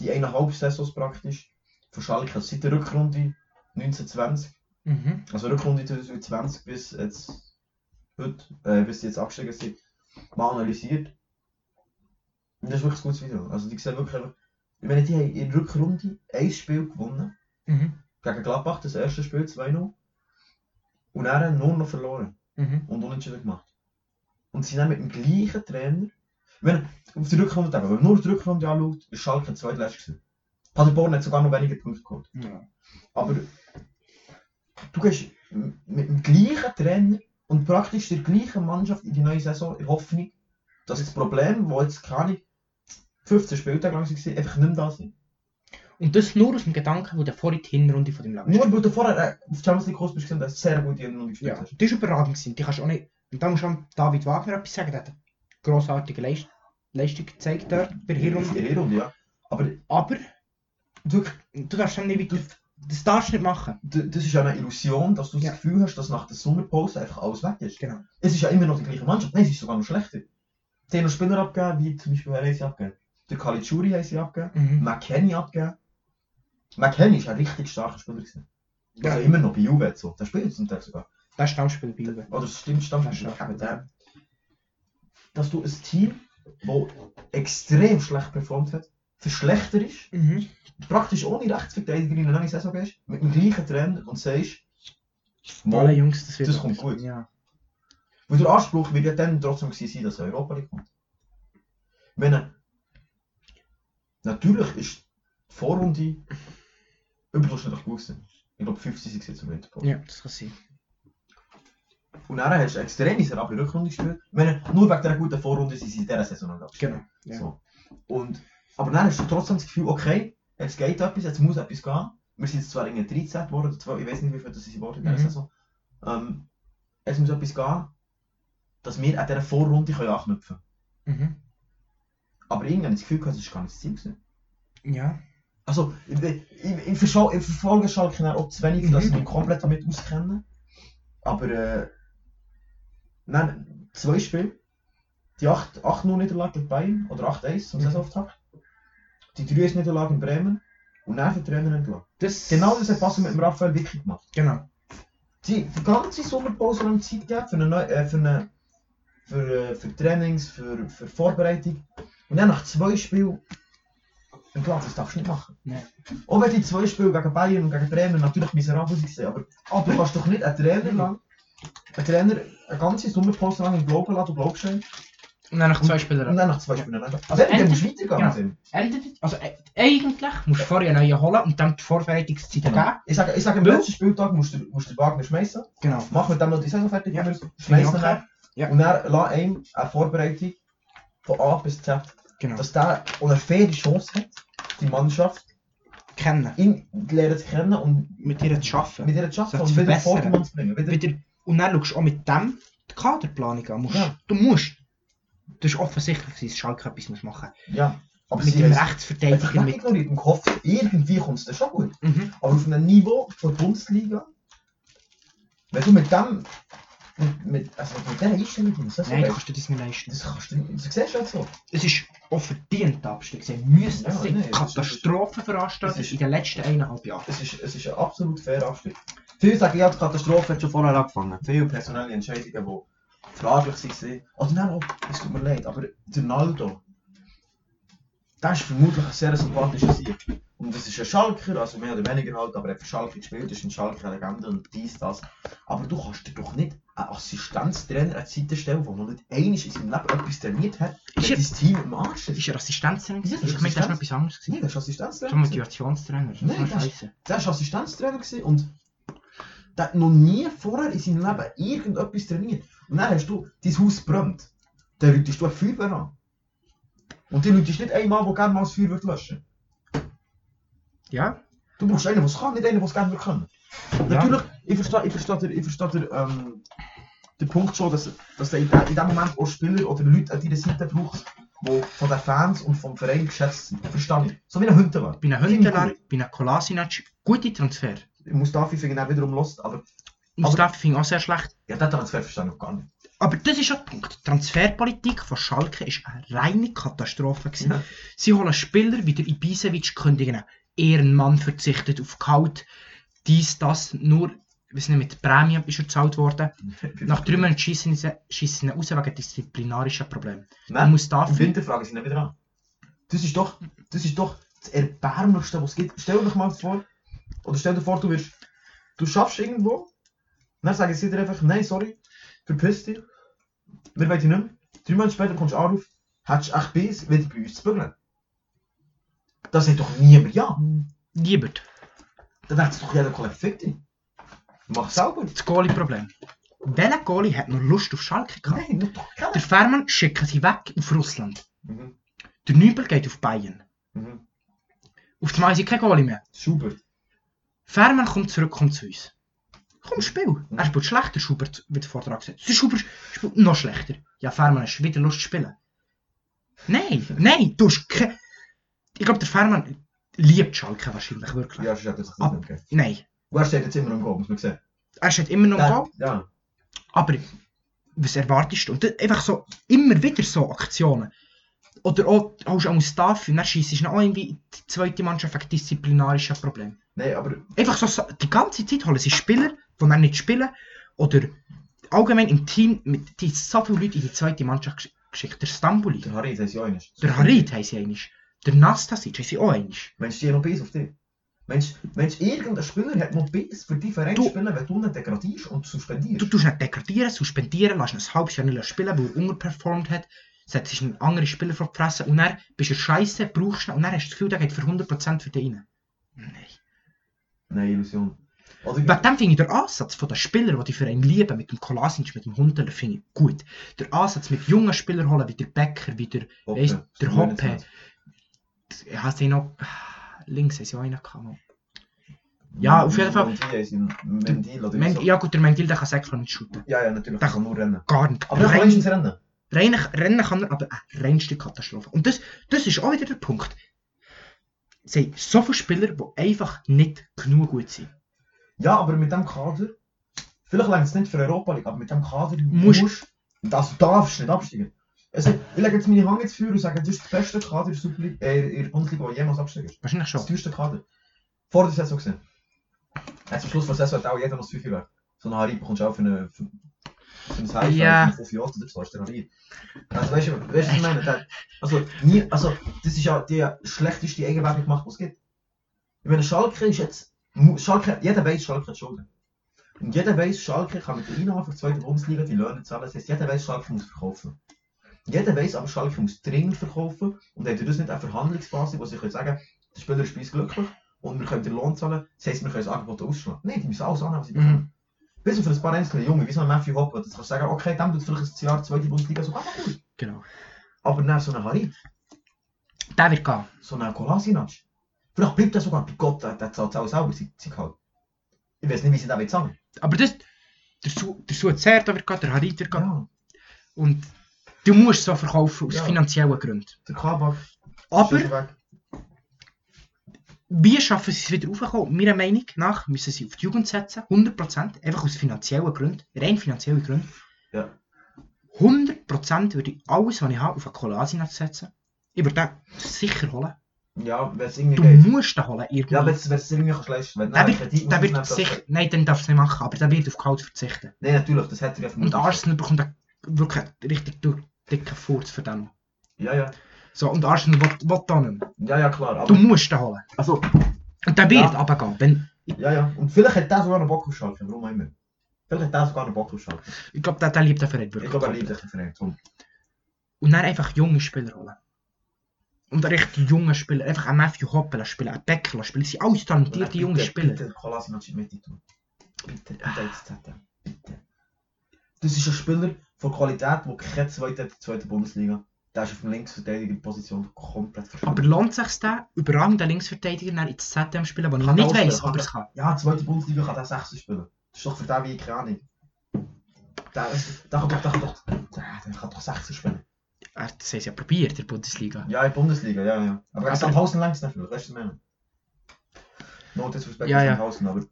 Speaker 1: die eineinhalb Saisons praktisch, von Schalke seit der Rückrunde 1920,
Speaker 2: Mhm.
Speaker 1: also Rückrunde 2020 bis jetzt, heute, äh, bis sie jetzt abgestiegen sind, mal analysiert. Und das ist wirklich ein gutes Video. Also die sehen wirklich, einfach- ich meine, die haben in der Rückrunde ein Spiel gewonnen
Speaker 2: Mhm.
Speaker 1: gegen Gladbach das erste Spiel 2-0 und er hat nur noch verloren
Speaker 2: Mhm.
Speaker 1: und unentschieden gemacht. Und sie haben mit dem gleichen Trainer, wenn auf die Rückrunde, aber wenn man nur auf die Rückrunde anschaut, ist Schalke zweitletzt gewesen. Paderborn hat sogar noch weniger Punkte geholt.
Speaker 2: Ja.
Speaker 1: Aber du gehst m- mit dem gleichen Trainer und praktisch der gleichen Mannschaft in die neue Saison in Hoffnung, dass das Problem, das jetzt keine 15 Spieltage lang war, einfach nicht mehr da sind.
Speaker 2: Und das nur aus dem Gedanken, wo der vorhin die Hinrunde von dem Lager
Speaker 1: Nur weil du vorher äh, auf die Champions League groß bist, gesehen, dass du sehr gut in die Runde gespielt
Speaker 2: Ja,
Speaker 1: hast.
Speaker 2: die ist überragend gewesen. Die kannst du auch nicht Und da muss man David Wagner etwas sagen, der hat eine grossartige Leist Leistung gezeigt dort bei
Speaker 1: Ist die
Speaker 2: Hirund.
Speaker 1: Hirn, ja. Aber
Speaker 2: Aber du, du darfst dann nicht weiter. Das darfst du nicht machen.
Speaker 1: d- das ist ja eine Illusion, dass du
Speaker 2: Ja.
Speaker 1: das Gefühl hast, dass nach der Sommerpause einfach alles weg ist.
Speaker 2: Genau.
Speaker 1: Es ist ja immer noch die gleiche Mannschaft. Nein, es ist sogar noch schlechter. Die haben noch Spieler abgegeben, wie zum Beispiel, wer haben sie abgegeben? Der Caligiuri haben sie abgegeben.
Speaker 2: Mhm.
Speaker 1: McKenny abgegeben. McKenny ist ein richtig starker Spieler. gewesen. Also immer noch bei Juve so. Der spielt zum Teil sogar.
Speaker 2: Das ist Stammspieler bei Juve.
Speaker 1: Oder es stimmt, stammt
Speaker 2: Das ist
Speaker 1: nicht.
Speaker 2: auch-
Speaker 1: Aber der- Dass du ein Team, das extrem schlecht performt hat, verschlechter ist,
Speaker 2: Mhm.
Speaker 1: praktisch ohne Rechtsverteidiger in einer Saison gehst, mit dem gleichen Trainer und sagst,
Speaker 2: Alle
Speaker 1: Mal,
Speaker 2: Jungs, das wird
Speaker 1: das kommt
Speaker 2: etwas.
Speaker 1: gut.
Speaker 2: Ja.
Speaker 1: weil der Anspruch wird ja dann trotzdem gewesen sein, dass Europa League kommt. Ich meine, natürlich ist die Vorrunde überdurchschnittlich gut gewesen. Ich glaube, 50 sind es zum Winterpause.
Speaker 2: ja, das kann sein.
Speaker 1: Und dann hast du extrem miserable Rückrunde gespielt. Ich meine, nur wegen dieser guten Vorrunde sind sie in dieser Saison noch
Speaker 2: Genau. Ja.
Speaker 1: So. Und, aber dann hast du trotzdem das Gefühl, okay, jetzt geht etwas, jetzt muss etwas gehen. Wir sind jetzt zwar irgendwie 13 geworden, oder 12, ich weiß nicht, wie viel das sie geworden in dieser
Speaker 2: Mhm.
Speaker 1: Saison. Ähm, es muss etwas gehen, dass wir an dieser Vorrunde können anknüpfen können.
Speaker 2: Mhm.
Speaker 1: Aber irgendwann habe ich das Gefühl, gehabt, das war gar nicht das Ziel. Gewesen.
Speaker 2: Ja.
Speaker 1: Also, ich, ich, ich, verschau- ich verfolge Schalke dann auch zu wenig, dass ich
Speaker 2: Mhm.
Speaker 1: mich komplett damit auskenne. Aber, äh, nein, zwei Spiele. Die 8-0-Niederlage gegen Bayern, oder 8-1 am
Speaker 2: Mhm.
Speaker 1: Saisonauftakt. Die 3-1-Niederlage in Bremen. Und dann den Trainer entlassen.
Speaker 2: Das...
Speaker 1: Genau das hat Basel mit dem Raphael Wicki gemacht.
Speaker 2: Genau.
Speaker 1: Die, die ganze Sommerpause haben Zeit gegeben für eine, neu- äh, für, eine für, äh, für Trainings, für, für Vorbereitung. Und dann nach zwei Spielen entlassen, das darfst du nicht machen.
Speaker 2: Nee.
Speaker 1: Auch wenn die zwei Spiele gegen Bayern und gegen Bremen natürlich miserabel waren, aber ah, du kannst doch nicht einen Trainer lang, einen Trainer eine ganze Sommerpause lang im Glauben lassen, du glaubst ihm,
Speaker 2: Und dann noch zwei Spieler.
Speaker 1: und dann nach zwei
Speaker 2: Ja.
Speaker 1: Spielen einfach.
Speaker 2: Also
Speaker 1: Also, dann musst du
Speaker 2: genau.
Speaker 1: weitergehen.
Speaker 2: Entweder- also e- eigentlich musst du vorher einen neuen holen und dann die Vorbereitungszeit geben.
Speaker 1: Genau. Ich sage, ich sage, am
Speaker 2: Weil-
Speaker 1: letzten Spieltag musst du, musst du den Wagner schmeißen.
Speaker 2: Genau.
Speaker 1: Mach mit dem noch die Saison fertig,
Speaker 2: Ja.
Speaker 1: ja. schmeiß
Speaker 2: Finde
Speaker 1: ihn
Speaker 2: ich
Speaker 1: her.
Speaker 2: Ja.
Speaker 1: Und dann lass ihm eine Vorbereitung von A bis Z,
Speaker 2: Genau.
Speaker 1: dass der auch eine faire Chance hat, die Mannschaft,
Speaker 2: kennen.
Speaker 1: ihn lernen zu kennen und
Speaker 2: Mit ihr zu arbeiten.
Speaker 1: mit ihr zu arbeiten
Speaker 2: Sich zu
Speaker 1: und wieder
Speaker 2: verbessern.
Speaker 1: vor den Mann zu bringen. Wieder,
Speaker 2: wieder, und dann schaust du auch mit dem die Kaderplanung an. Musst,
Speaker 1: Ja.
Speaker 2: Du musst. Das ist offensichtlich, dass Schalke etwas muss machen
Speaker 1: ja, aber
Speaker 2: Mit
Speaker 1: sie
Speaker 2: dem
Speaker 1: haben es einfach
Speaker 2: Rechtsverteidiger.
Speaker 1: nicht
Speaker 2: Mit,
Speaker 1: ignoriert und gehofft, irgendwie kommt es dann schon gut.
Speaker 2: mhm.
Speaker 1: Aber auf einem Niveau von Bundesliga, wenn du mit dem, mit, mit, also mit dieser Einstellung in die Saison
Speaker 2: Nein,
Speaker 1: gehst,
Speaker 2: kannst du das nicht leisten.
Speaker 1: das kannst du nicht, das siehst du ja so.
Speaker 2: Es ist auch verdient der Abstieg. Sie müssen
Speaker 1: Ja,
Speaker 2: es sind
Speaker 1: nein, das ist-
Speaker 2: Katastrophen veranstaltet
Speaker 1: das ist-
Speaker 2: in den letzten eineinhalb Jahren.
Speaker 1: Es ist, es ist ein absolut fairer Abstieg. Viele sagen, ja, die Katastrophe hat schon vorher angefangen. Viele personelle Entscheidungen, die fraglich waren. Oder nein, oh, es tut mir leid, aber der Naldo, der ist vermutlich ein sehr sympathischer Sieg. Und das ist ein Schalker, also mehr oder weniger halt, aber er hat für Schalke gespielt, ist ein Schalker Legende und dies, das. Aber du kannst dir doch nicht einen Assistenztrainer an die Seite stellen, der noch nicht einmal in seinem Leben etwas trainiert hat,
Speaker 2: Ist
Speaker 1: wenn
Speaker 2: er-
Speaker 1: dein Team im Arsch ist.
Speaker 2: Ist er Assistenztrainer?
Speaker 1: Ja,
Speaker 2: gewesen?
Speaker 1: das ist
Speaker 2: ich meine, das war noch
Speaker 1: Assistenz.
Speaker 2: etwas anderes. gewesen.
Speaker 1: Nein, das ist Assistenztrainer.
Speaker 2: So ein Motivationstrainer. Das
Speaker 1: Nein,
Speaker 2: war
Speaker 1: das-
Speaker 2: scheiße.
Speaker 1: Der war Assistenztrainer gewesen und der hat noch nie vorher in seinem Leben irgendetwas trainiert. Und dann hast du dein Haus brennt. Dann läutest du eine Feuerwehr an. Und die läutest nicht einmal, der gerne mal das Feuer wird löschen
Speaker 2: Ja,
Speaker 1: Du brauchst einen, der es kann, nicht einen, der es gerne wird können.
Speaker 2: Ja.
Speaker 1: Natürlich, ich verstehe, ich verstehe, den- ich verstehe den, ähm, den Punkt schon, dass, dass du in, de- in dem Moment auch Spieler oder Leute an deiner Seite brauchst, die von den Fans und vom Verein geschätzt sind. Verstehe ich. So wie ein Hündeler.
Speaker 2: bei einem
Speaker 1: Finde ich
Speaker 2: Hündeler,
Speaker 1: gut.
Speaker 2: bei einem Kolasinac, gute Transfer.
Speaker 1: Ich muss dafür finden, auch wiederum los, aber
Speaker 2: Mustafi finde ich auch sehr schlecht.
Speaker 1: ja, den Transfer verstehe ich noch gar nicht.
Speaker 2: Aber das ist auch der Punkt. Die Transferpolitik von Schalke war eine reine Katastrophe. gewesen.
Speaker 1: Ja.
Speaker 2: Sie holen Spieler wie der Ibisevic, kündigen einen Ehrenmann verzichtet auf Gehalt, dies, das, nur, ich weiß nicht, mit Prämien ist er gezahlt worden. Nach drei Monaten schießen sie schiessen ihn raus wegen disziplinarischen Problemen. Und
Speaker 1: Nein, im
Speaker 2: Mustafi,
Speaker 1: Winter fragen sie nicht wieder an. Das ist doch das, ist doch das Erbärmlichste, was es gibt. Stell dir mal vor, oder stell dir vor, du wirst, du schaffst irgendwo, dann sagen sie dir einfach, nein, sorry, verpiss dich, wir wollen dich nicht mehr. Drei Monate später kommst du Anruf, hättest du echt bis, wieder bei uns zu bügeln. Das sagt doch niemand ja.
Speaker 2: lieber
Speaker 1: Dann denkt sich doch jeder Kollege, fick dich. Mach selber.
Speaker 2: das Goalie-Problem. Welcher Goalie hat noch Lust auf Schalke gehabt?
Speaker 1: Nein, doch keiner.
Speaker 2: Der Fährmann schickt sie weg auf Russland.
Speaker 1: Mhm.
Speaker 2: Der Nübel geht auf Bayern.
Speaker 1: Mhm.
Speaker 2: Auf einmal haben sie kein Goalie mehr.
Speaker 1: Schubert.
Speaker 2: Fährmann kommt zurück, kommt zu uns. Komm, spiel.
Speaker 1: Mhm.
Speaker 2: Er spielt schlechter, Schubert, wie der Vortrag gesagt. Der Schubert spielt noch schlechter. Ja, Fährmann, hast du wieder Lust zu spielen? Nein, nein, du hast keine... Ich glaube, der Fährmann liebt Schalke wahrscheinlich wirklich.
Speaker 1: Ja, sonst hätte er sich das
Speaker 2: Ah.
Speaker 1: nicht gegeben.
Speaker 2: Nein,
Speaker 1: Und er steht jetzt immer am Goal, muss man sehen.
Speaker 2: er steht immer noch im Kopf.
Speaker 1: Ja.
Speaker 2: Aber was erwartest du? Und dann einfach so, immer wieder so Aktionen. Oder auch, hast du auch Staff und dann scheissest du auch irgendwie in die zweite Mannschaft wegen disziplinarischen Problemen.
Speaker 1: Nein, aber
Speaker 2: Einfach so, so, die ganze Zeit holen sie Spieler, die dann nicht spielen. Oder allgemein im Team, mit, die haben so viele Leute in die zweite Mannschaft gesch- geschickt. Der Stambuli,
Speaker 1: der Harit heisst ja auch einmal.
Speaker 2: der Harid haben sie einmal. Der Nastasic haben sie auch einmal.
Speaker 1: Meinst du, die haben noch Biss auf dich? Meinst meinst du, irgendein Spieler hat noch Biss für die Verein
Speaker 2: Du-
Speaker 1: zu spielen, wenn du ihn degradierst und suspendierst?
Speaker 2: Du tust nicht degradieren, suspendieren, lässt ihn ein halbes Jahr nicht spielen, weil er unterperformt hat, setzt sich einen anderen Spieler vor die Fresse und dann bist du scheiße, brauchst ihn und dann hast du das Gefühl, der geht für 100% für dich rein. Nein.
Speaker 1: Nein, Illusion. Oder
Speaker 2: Wegen dem finde ich den Ansatz von den Spielern, die die Verein lieben, mit dem Kolasinic, mit dem Hunteler, finde ich gut. Der Ansatz mit jungen Spielern holen, wie der Becker, wie der,
Speaker 1: Hoppe.
Speaker 2: weißt du, der Hoppe.
Speaker 1: 29.
Speaker 2: Ich hasse ihn noch, links ist ja einer gekommen.
Speaker 1: Mm,
Speaker 2: Ja, auf jeden Fall.
Speaker 1: Mendy heisst ihn. Mendy oder
Speaker 2: Men-
Speaker 1: Also, so.
Speaker 2: Ja gut, der Mendil, der kann Säckchen nicht shooten.
Speaker 1: Ja, ja, natürlich.
Speaker 2: Da-
Speaker 1: Der kann nur rennen.
Speaker 2: Gar nicht.
Speaker 1: Aber er kann
Speaker 2: Rein-
Speaker 1: wenigstens rennen.
Speaker 2: Rein, rennen kann er, aber eine reinste Katastrophe. Und das, das ist auch wieder der Punkt. Es sind so viele Spieler, die einfach nicht genug gut sind.
Speaker 1: Ja, aber mit dem Kader. Vielleicht langt es nicht für Europa League, aber mit dem Kader
Speaker 2: Musst-
Speaker 1: musst du. Das darfst du nicht absteigen. Also, ich lege jetzt meine Hand ins Feuer und sage, das ist der beste Kader in der Super League, äh, in der Bundesliga, der jemals abgestiegen ist.
Speaker 2: Wahrscheinlich schon.
Speaker 1: Das teuerste Kader. Vor der Saison gesehen. Jetzt am Schluss der Saison hat auch jeder noch das 5 weg. So einen Harry bekommst du auch für eine- für- für ein Heim,
Speaker 2: Ja.
Speaker 1: für einen Fuffi Ost oder so, ist der Harry. Also weißt du, weißt du, was ich meine? Der- Also, nie, also, das ist ja die schlechteste Eigenwerbung gemacht, die es gibt. Ich meine, Schalke ist jetzt. mu- Schalke, jeder weiß, Schalke hat Schulden. Und jeder weiß, Schalke kann mit der Einnahme für die zweite Bundesliga die Löhne zahlen. Das heißt, jeder weiß, Schalke muss verkaufen. Jeder weiß aber, Schalke muss dringend verkaufen. Und hat das nicht eine Verhandlungsphase, wo sie können sagen der Spieler ist bei uns glücklich und wir können den Lohn zahlen. Das heisst, wir können das Angebot ausschlagen. Nein, die müssen alles annehmen, was sie
Speaker 2: Mhm.
Speaker 1: bekommen. Bis auf ein paar einzelne Junge, wie so ein Matthew Hoppe, das kannst du sagen, okay, dann tut vielleicht ein Jahr zweite Bundesliga so, ah, cool.
Speaker 2: Genau.
Speaker 1: Aber dann so ein Harit,
Speaker 2: Der wird gehen.
Speaker 1: so ein Kolasinac. Vielleicht bleibt er sogar bei Gott, der, der zahlt alles selber, sie, sie halt. Ich weiß nicht, wie sie das zahlen.
Speaker 2: Aber das, der, Su der Suazer wird gehen, der Harit wird gehen.
Speaker 1: Ja,
Speaker 2: Und du musst so verkaufen aus
Speaker 1: Ja.
Speaker 2: finanziellen Gründen.
Speaker 1: der Kabak.
Speaker 2: Aber
Speaker 1: ist schon weg.
Speaker 2: wie schaffen sie es wieder aufzukommen? Meiner Meinung nach müssen sie auf die Jugend setzen, 100%, einfach aus finanziellen Gründen, rein finanziellen Gründen.
Speaker 1: Ja.
Speaker 2: 100% würde ich alles, was ich habe, auf einen Kolasinac setzen. Ich würde den sicher holen.
Speaker 1: Ja, wenn es irgendwie
Speaker 2: Du
Speaker 1: geht.
Speaker 2: musst den holen, irgendwie.
Speaker 1: Ja, wenn es wenn es irgendwie kannst leisten, wenn
Speaker 2: der
Speaker 1: nein,
Speaker 2: wird,
Speaker 1: Kredit
Speaker 2: der
Speaker 1: muss
Speaker 2: wird
Speaker 1: aufnehmen,
Speaker 2: sicher, nein, dann darfst du es nicht machen, aber der wird auf Gehalt verzichten.
Speaker 1: Nein, natürlich, das hätte er einfach
Speaker 2: Und Arsenal bekommt einen wirklich richtig durch- dicken Furz für den.
Speaker 1: Ja, ja.
Speaker 2: So, und Arsenal will, will da nicht mehr.
Speaker 1: Ja, ja, klar. Aber,
Speaker 2: Du musst den holen.
Speaker 1: also,
Speaker 2: Und der wird
Speaker 1: Ja.
Speaker 2: runtergehen. Wenn,
Speaker 1: Ja, ja. Und vielleicht hat der sogar einen Bock auf Schalke, warum auch immer. Vielleicht hat der sogar einen Bock auf Schalke.
Speaker 2: ich glaube, der, der liebt den Verein
Speaker 1: Ich
Speaker 2: wirklich.
Speaker 1: glaube, er liebt sich den Verein. Tom.
Speaker 2: Und dann einfach junge Spieler holen. Und richtig junge Spieler. Einfach einen Matthew Hoppe lassen spielen, einen Becker lassen spielen. Das sind alles
Speaker 1: Und dann
Speaker 2: talentierte junge
Speaker 1: bitte,
Speaker 2: Spieler.
Speaker 1: Bitte, Kolasinac in die Mitte tun. Bitte,
Speaker 2: Ah.
Speaker 1: bitte jetzt zetten. Bitte. Das ist ein Spieler von Qualität, der keine zweite hat in der zweiten Bundesliga. Der ist auf der Linksverteidigerposition komplett
Speaker 2: Aber
Speaker 1: verschwunden.
Speaker 2: lohnt sich der überragende Linksverteidiger dann ins ZM spielen, wo ich
Speaker 1: Kann
Speaker 2: nicht
Speaker 1: er
Speaker 2: weiss,
Speaker 1: ausspielen,
Speaker 2: aber
Speaker 1: kann
Speaker 2: es kann.
Speaker 1: Ja, zweite Bundesliga kann der Sechser spielen. Das ist doch für den wie keine Ahnung. Der, ist- der, kann doch, der, kann doch, der, der kann doch Sechser spielen.
Speaker 2: Er hat es ja probiert in der Bundesliga.
Speaker 1: Ja, in der Bundesliga, ja, ja. Aber gegen
Speaker 2: Aber-
Speaker 1: Sandhausen längst nicht mehr, weißt du, was ich meine? No disrespect
Speaker 2: Ja,
Speaker 1: ja,
Speaker 2: ja.
Speaker 1: Sandhausen, aber...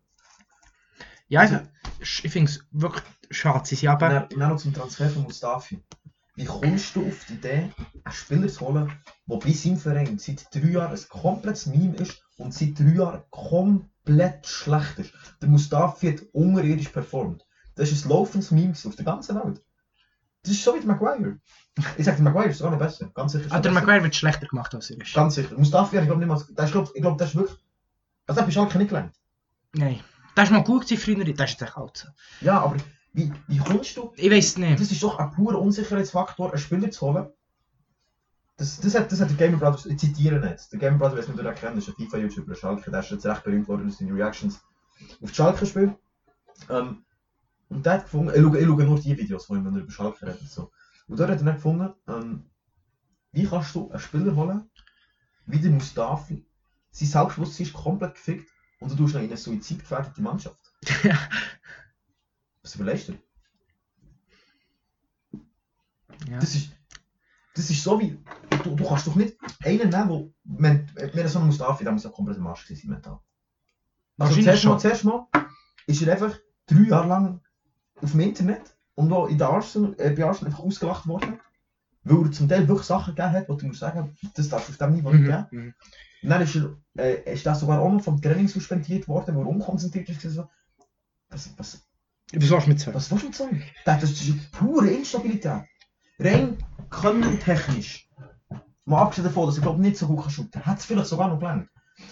Speaker 2: Ja, ich, ich finde es wirklich schade. Sie sind aber.
Speaker 1: Dann, dann noch zum Transfer von Mustafi. Wie kommst du auf die Idee, einen Spieler zu holen, der bei seinem Verein seit drei Jahren ein komplettes Meme ist und seit drei Jahren komplett schlecht ist? Der Mustafi hat unterirdisch performt. Das ist ein laufendes Meme auf der ganzen Welt. Das ist so wie der Maguire. Ich sage, der Maguire ist auch nicht besser. Ganz sicher. ist er
Speaker 2: Ah, der
Speaker 1: besser.
Speaker 2: Maguire wird schlechter gemacht als er ist.
Speaker 1: Ganz sicher. Mustafi, ich glaube nicht mal... der ist, glaub- Ich glaube, das ist wirklich... Also, der ist halt nicht gelangt.
Speaker 2: Nein. Der war mal gut gewesen früher, der ist jetzt echt alt.
Speaker 1: Ja, aber wie, wie kommst du?
Speaker 2: Ich weiß nicht.
Speaker 1: Das ist doch ein purer Unsicherheitsfaktor, einen Spieler zu holen. Das, das, hat, das hat der Gamer Brothers, ich zitiere ihn jetzt, der Gamer Brothers, weiß nicht, ob du den kennst, ist ein FIFA-YouTuber, Schalke, der ist jetzt recht berühmt worden aus seinen Reactions auf das Schalke-Spiel. Ähm, und der hat gefunden, ich schaue, ich schaue nur die Videos von ihm, wenn er über Schalke redet. und So. Und dort hat er dann gefunden, ähm, wie kannst du einen Spieler holen, wie der Mustafi. Sein Selbstbewusstsein ist komplett gefickt und du tust ihn in eine suizidgefährdete Mannschaft. Was überlegst du?
Speaker 2: Ja.
Speaker 1: Das ist, das ist so wie, du, du kannst doch nicht einen nehmen, der, wenn, wenn er so einen Mustafi, der muss ja komplett am Arsch sein mental. Also
Speaker 2: Wahrscheinlich
Speaker 1: zuerst mal,
Speaker 2: schon.
Speaker 1: zuerst mal ist er einfach drei Jahre lang auf dem Internet und auch in der Arsenal, äh, bei Arsenal einfach ausgelacht worden, weil er zum Teil wirklich Sachen gegeben hat, wo du musst sagen, das darfst du auf dem Niveau nicht geben.
Speaker 2: Mhm. Mhm.
Speaker 1: Und dann ist er, äh, ist er sogar auch noch vom Training suspendiert worden, weil er unkonzentriert ist. So. Was, was,
Speaker 2: Was willst du mit sagen?
Speaker 1: was willst du denn sagen? Das das ist eine pure Instabilität. Rein können technisch. Mal abgesehen davon, dass ich glaube nicht so gut kann shooten. Hat es vielleicht sogar noch gelangt.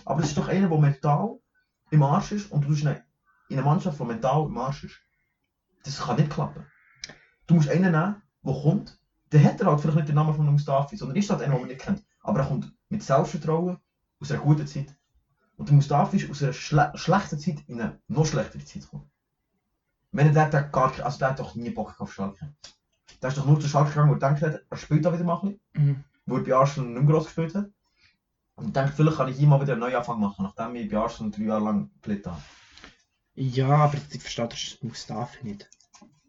Speaker 1: Aber es ist doch einer, der mental im Arsch ist und du bist in einer- in einer Mannschaft, die mental im Arsch ist. Das kann nicht klappen. Du musst einen nehmen, der kommt, der hat er halt vielleicht nicht den Namen von einem Mustafi, sondern ist halt einer, den man nicht kennt. Aber er kommt mit Selbstvertrauen aus einer guten Zeit. Und der Mustafi ist aus einer schle schlechten Zeit in eine noch schlechtere Zeit gekommen. Wenn er dort dann gar also der hat doch nie Bock auf Schalke. Der ist doch nur zu Schalke gegangen und denkt, er spielt da wieder mal ein bisschen,
Speaker 2: Mhm.
Speaker 1: wo er bei Arsenal nicht mehr groß gespielt hat. Und denkt, vielleicht kann ich ihm mal wieder einen Neuanfang machen, nachdem ich bei Arsenal drei Jahre lang geblieben habe.
Speaker 2: Ja, aber ich verstehe das Mustafa nicht.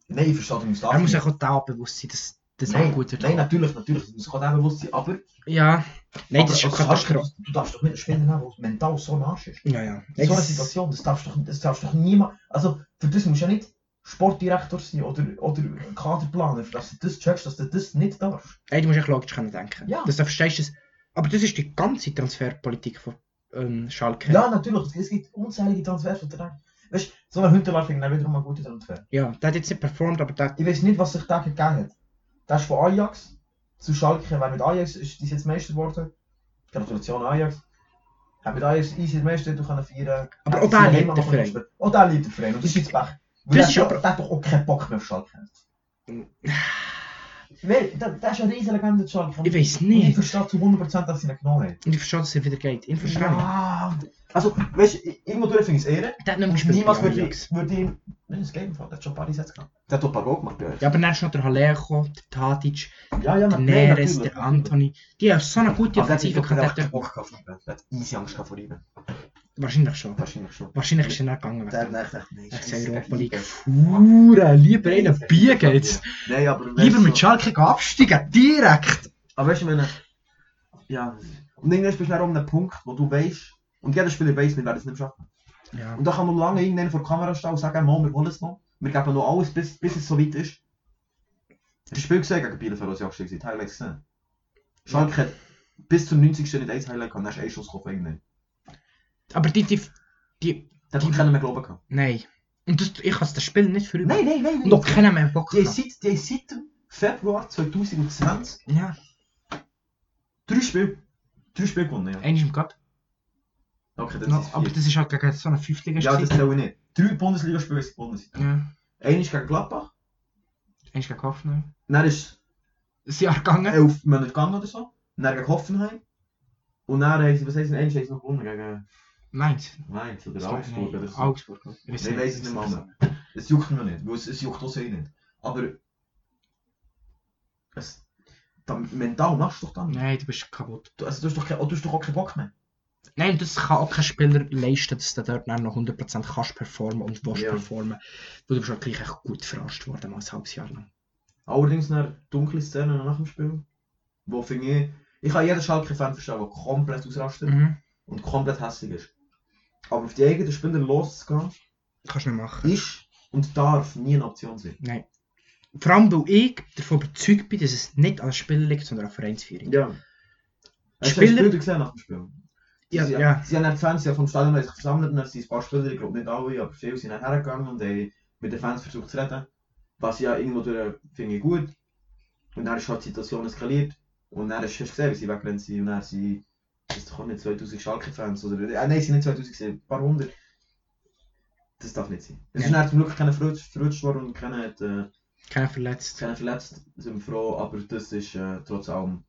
Speaker 1: Nein, ich verstehe den Mustafa.
Speaker 2: Er muss
Speaker 1: nicht.
Speaker 2: auch da bewusst sein, dass das auch
Speaker 1: nein,
Speaker 2: ein guter
Speaker 1: nein, natürlich, natürlich, das muss auch dem bewusst sein, aber...
Speaker 2: Ja. Nein, das ist eine
Speaker 1: aber als Schalke-
Speaker 2: Katastrophe.
Speaker 1: Du darfst doch nicht einen Spieler nehmen, der mental so ein Arsch ist.
Speaker 2: Ja, ja.
Speaker 1: In
Speaker 2: Nein,
Speaker 1: so einer
Speaker 2: das-
Speaker 1: Situation, das darfst doch, das darfst doch niemand. Also, für das musst du ja nicht Sportdirektor sein oder, oder Kaderplaner, dass du das checkst, dass du das nicht darfst.
Speaker 2: Nein, du musst echt logisch Dus können denken.
Speaker 1: Ja.
Speaker 2: Dass du verstehst, dass... Aber das ist dus die ganze Transferpolitik von ähm, Schalke.
Speaker 1: Ja, natürlich, es gibt unzählige Transfers, die du denkst. Weißt du, so ein Hünterler fing dann wiederum einen guten Transfer.
Speaker 2: ja. Der hat jetzt nicht performt, aber der...
Speaker 1: Ich weiß nicht, was sich da gegeben hat. Der ist von Ajax zu Schalke, weil mit Ajax ist die jetzt Meister geworden. Gratulation Ajax. Hat mit Ajax easy den Meister du können feiern.
Speaker 2: Aber
Speaker 1: Hat
Speaker 2: auch der
Speaker 1: seinen
Speaker 2: liebt
Speaker 1: Heimat
Speaker 2: den
Speaker 1: noch können spielen. Auch der liebt den Verein und das ist jetzt Pech. Weil
Speaker 2: Das
Speaker 1: der
Speaker 2: ist
Speaker 1: hat
Speaker 2: aber-
Speaker 1: doch-
Speaker 2: Mm.
Speaker 1: der hat doch auch keinen Bock mehr auf Schalke. Weil, da, da ist eine riesige Legende, Schalke.
Speaker 2: Ich weiß
Speaker 1: Und Ich
Speaker 2: nicht.
Speaker 1: verstehe zu 100% dass sie ihn genommen haben.
Speaker 2: Und ich verstehe, dass er wieder geht. Ich verstehe.
Speaker 1: Ja. Also, weißt du, irgendwo durch finde ich es Ehre.
Speaker 2: Der hat nicht mehr
Speaker 1: Und
Speaker 2: gespielt.
Speaker 1: niemals
Speaker 2: bei
Speaker 1: würde
Speaker 2: Ajax.
Speaker 1: ich, würde ich ihm... Nein, das Game, der hat schon ein paar Einsätze gehabt. Der hat doch ein paar Goal gemacht bei euch.
Speaker 2: Ja, aber dann ist noch der Haleko, der Tadic,
Speaker 1: Ja, ja, Ah,
Speaker 2: der
Speaker 1: natürlich,
Speaker 2: Neres,
Speaker 1: natürlich.
Speaker 2: der Antoni. Die haben so eine gute
Speaker 1: Aber der hat sich
Speaker 2: Offensive
Speaker 1: doch
Speaker 2: gehabt.
Speaker 1: einfach
Speaker 2: der
Speaker 1: keinen
Speaker 2: hat-
Speaker 1: Bock gehabt von ihm. Der hat easy Angst gehabt vor ihm.
Speaker 2: Wahrscheinlich schon.
Speaker 1: Wahrscheinlich schon.
Speaker 2: Wahrscheinlich ist er nicht gegangen.
Speaker 1: Der hat
Speaker 2: wegen dem.
Speaker 1: dann gedacht, nein,
Speaker 2: Ich
Speaker 1: scheisse,
Speaker 2: sehe Europa League.
Speaker 1: liebe-
Speaker 2: Fuhren, lieber einen Bier geht's.
Speaker 1: Nein, aber... weißt
Speaker 2: Lieber
Speaker 1: du,
Speaker 2: mit Schalke gehen absteigen, direkt.
Speaker 1: Aber weißt du, ich meine. Ja. Und irgendwann bist du dann um einen Punkt, wo du weißt, und jeder Spieler weiß, wir werden es nicht schaffen.
Speaker 2: Ja.
Speaker 1: Und da kann man lange irgendwann vor die Kamera stehen und sagen, Mann, wir wollen es noch. Wir geben noch alles, bis, bis es so weit ist. Hast du das Spiel gesehen gegen Bielefeld, als ich abgestiegen sind? Highlights gesehen? Schalke hat bis zum 90. nicht eins Highlight gehabt, dann hast du einen Schuss gekommen irgendwann.
Speaker 2: Aber die, die, die,
Speaker 1: Da hat keiner mehr glauben können.
Speaker 2: nein. Und das, ich kann das Spiel nicht für
Speaker 1: Nein, nein, nein, nein.
Speaker 2: Und auch keiner mehr Bock
Speaker 1: Die haben
Speaker 2: gehabt.
Speaker 1: seit, die haben seit dem Februar 2020
Speaker 2: Ja.
Speaker 1: drei Spiele, drei Spiele gewonnen, ja. Nou,
Speaker 2: Eines im Cup. Nou,
Speaker 1: Okay, dann sind
Speaker 2: No,
Speaker 1: es
Speaker 2: aber
Speaker 1: vier.
Speaker 2: das ist halt gegen so eine Fünftiger.
Speaker 1: Ja, das zähle ich nicht. Drei Bundesligaspiele ist die Bundesliga.
Speaker 2: ja.
Speaker 1: Einer ist gegen Gladbach,
Speaker 2: Eines gegen Hoffenheim.
Speaker 1: dann ist
Speaker 2: Das Jahr gegangen.
Speaker 1: elf Monate gegangen oder so, dann gegen Hoffenheim und dann haben sie, was heißt, einer ist noch gewonnen gegen eh,
Speaker 2: Mainz.
Speaker 1: Mainz oder Augsburg
Speaker 2: Nein,
Speaker 1: oder so.
Speaker 2: Augsburg. Ich
Speaker 1: Ich weiß es nicht mehr. Es juckt mir nicht, weil es, es juckt uns eh nicht. Aber es, da, mental machst du doch dann.
Speaker 2: Nein, du bist kaputt.
Speaker 1: Du, also, du, hast doch kein, du hast doch auch keinen Bock mehr.
Speaker 2: Nein, das kann auch kein Spieler leisten, dass du dort dann noch 100% kannst performen und willst
Speaker 1: Ja.
Speaker 2: performen. Weil du bist auch gleich echt gut verarscht worden, mal ein halbes Jahr lang.
Speaker 1: Allerdings nach dunkle Szenen nach dem Spiel, wo finde ich, ich kann jeden Schalke-Fan verstehen, der komplett ausrastet
Speaker 2: Mhm.
Speaker 1: und komplett hässlich ist. Aber auf die eigenen Spieler loszugehen,
Speaker 2: Kannst du nicht machen.
Speaker 1: ist und darf nie eine Option sein.
Speaker 2: Nein. Vor allem, weil ich davon überzeugt bin, dass es nicht an den Spielern liegt, sondern an der Vereinsführung.
Speaker 1: Ja. Hast du
Speaker 2: Spieler-
Speaker 1: das Bild gesehen nach dem Spiel?
Speaker 2: Ja,
Speaker 1: sie,
Speaker 2: ja.
Speaker 1: sie haben dann die Fans ja vom Stadion haben sich versammelt und dann sind ein paar Spieler, ich glaube nicht alle, aber viele sind dann hergegangen und haben mit den Fans versucht zu reden. Was ja irgendwo durch finde ich gut. Und dann ist halt die Situation eskaliert. Und dann hast du hast du gesehen, wie sie weggerannt sind. Und dann sind, das ist doch auch nicht 2000 Schalke-Fans oder, äh, nein, es sind nicht 2000, gewesen, ein paar hundert. Das darf nicht sein. Es ist
Speaker 2: Ja.
Speaker 1: dann zum Glück keiner verrutscht verrutscht worden und keiner hat, äh,
Speaker 2: Keiner verletzt.
Speaker 1: keiner verletzt, sind wir froh, aber das ist äh, trotz allem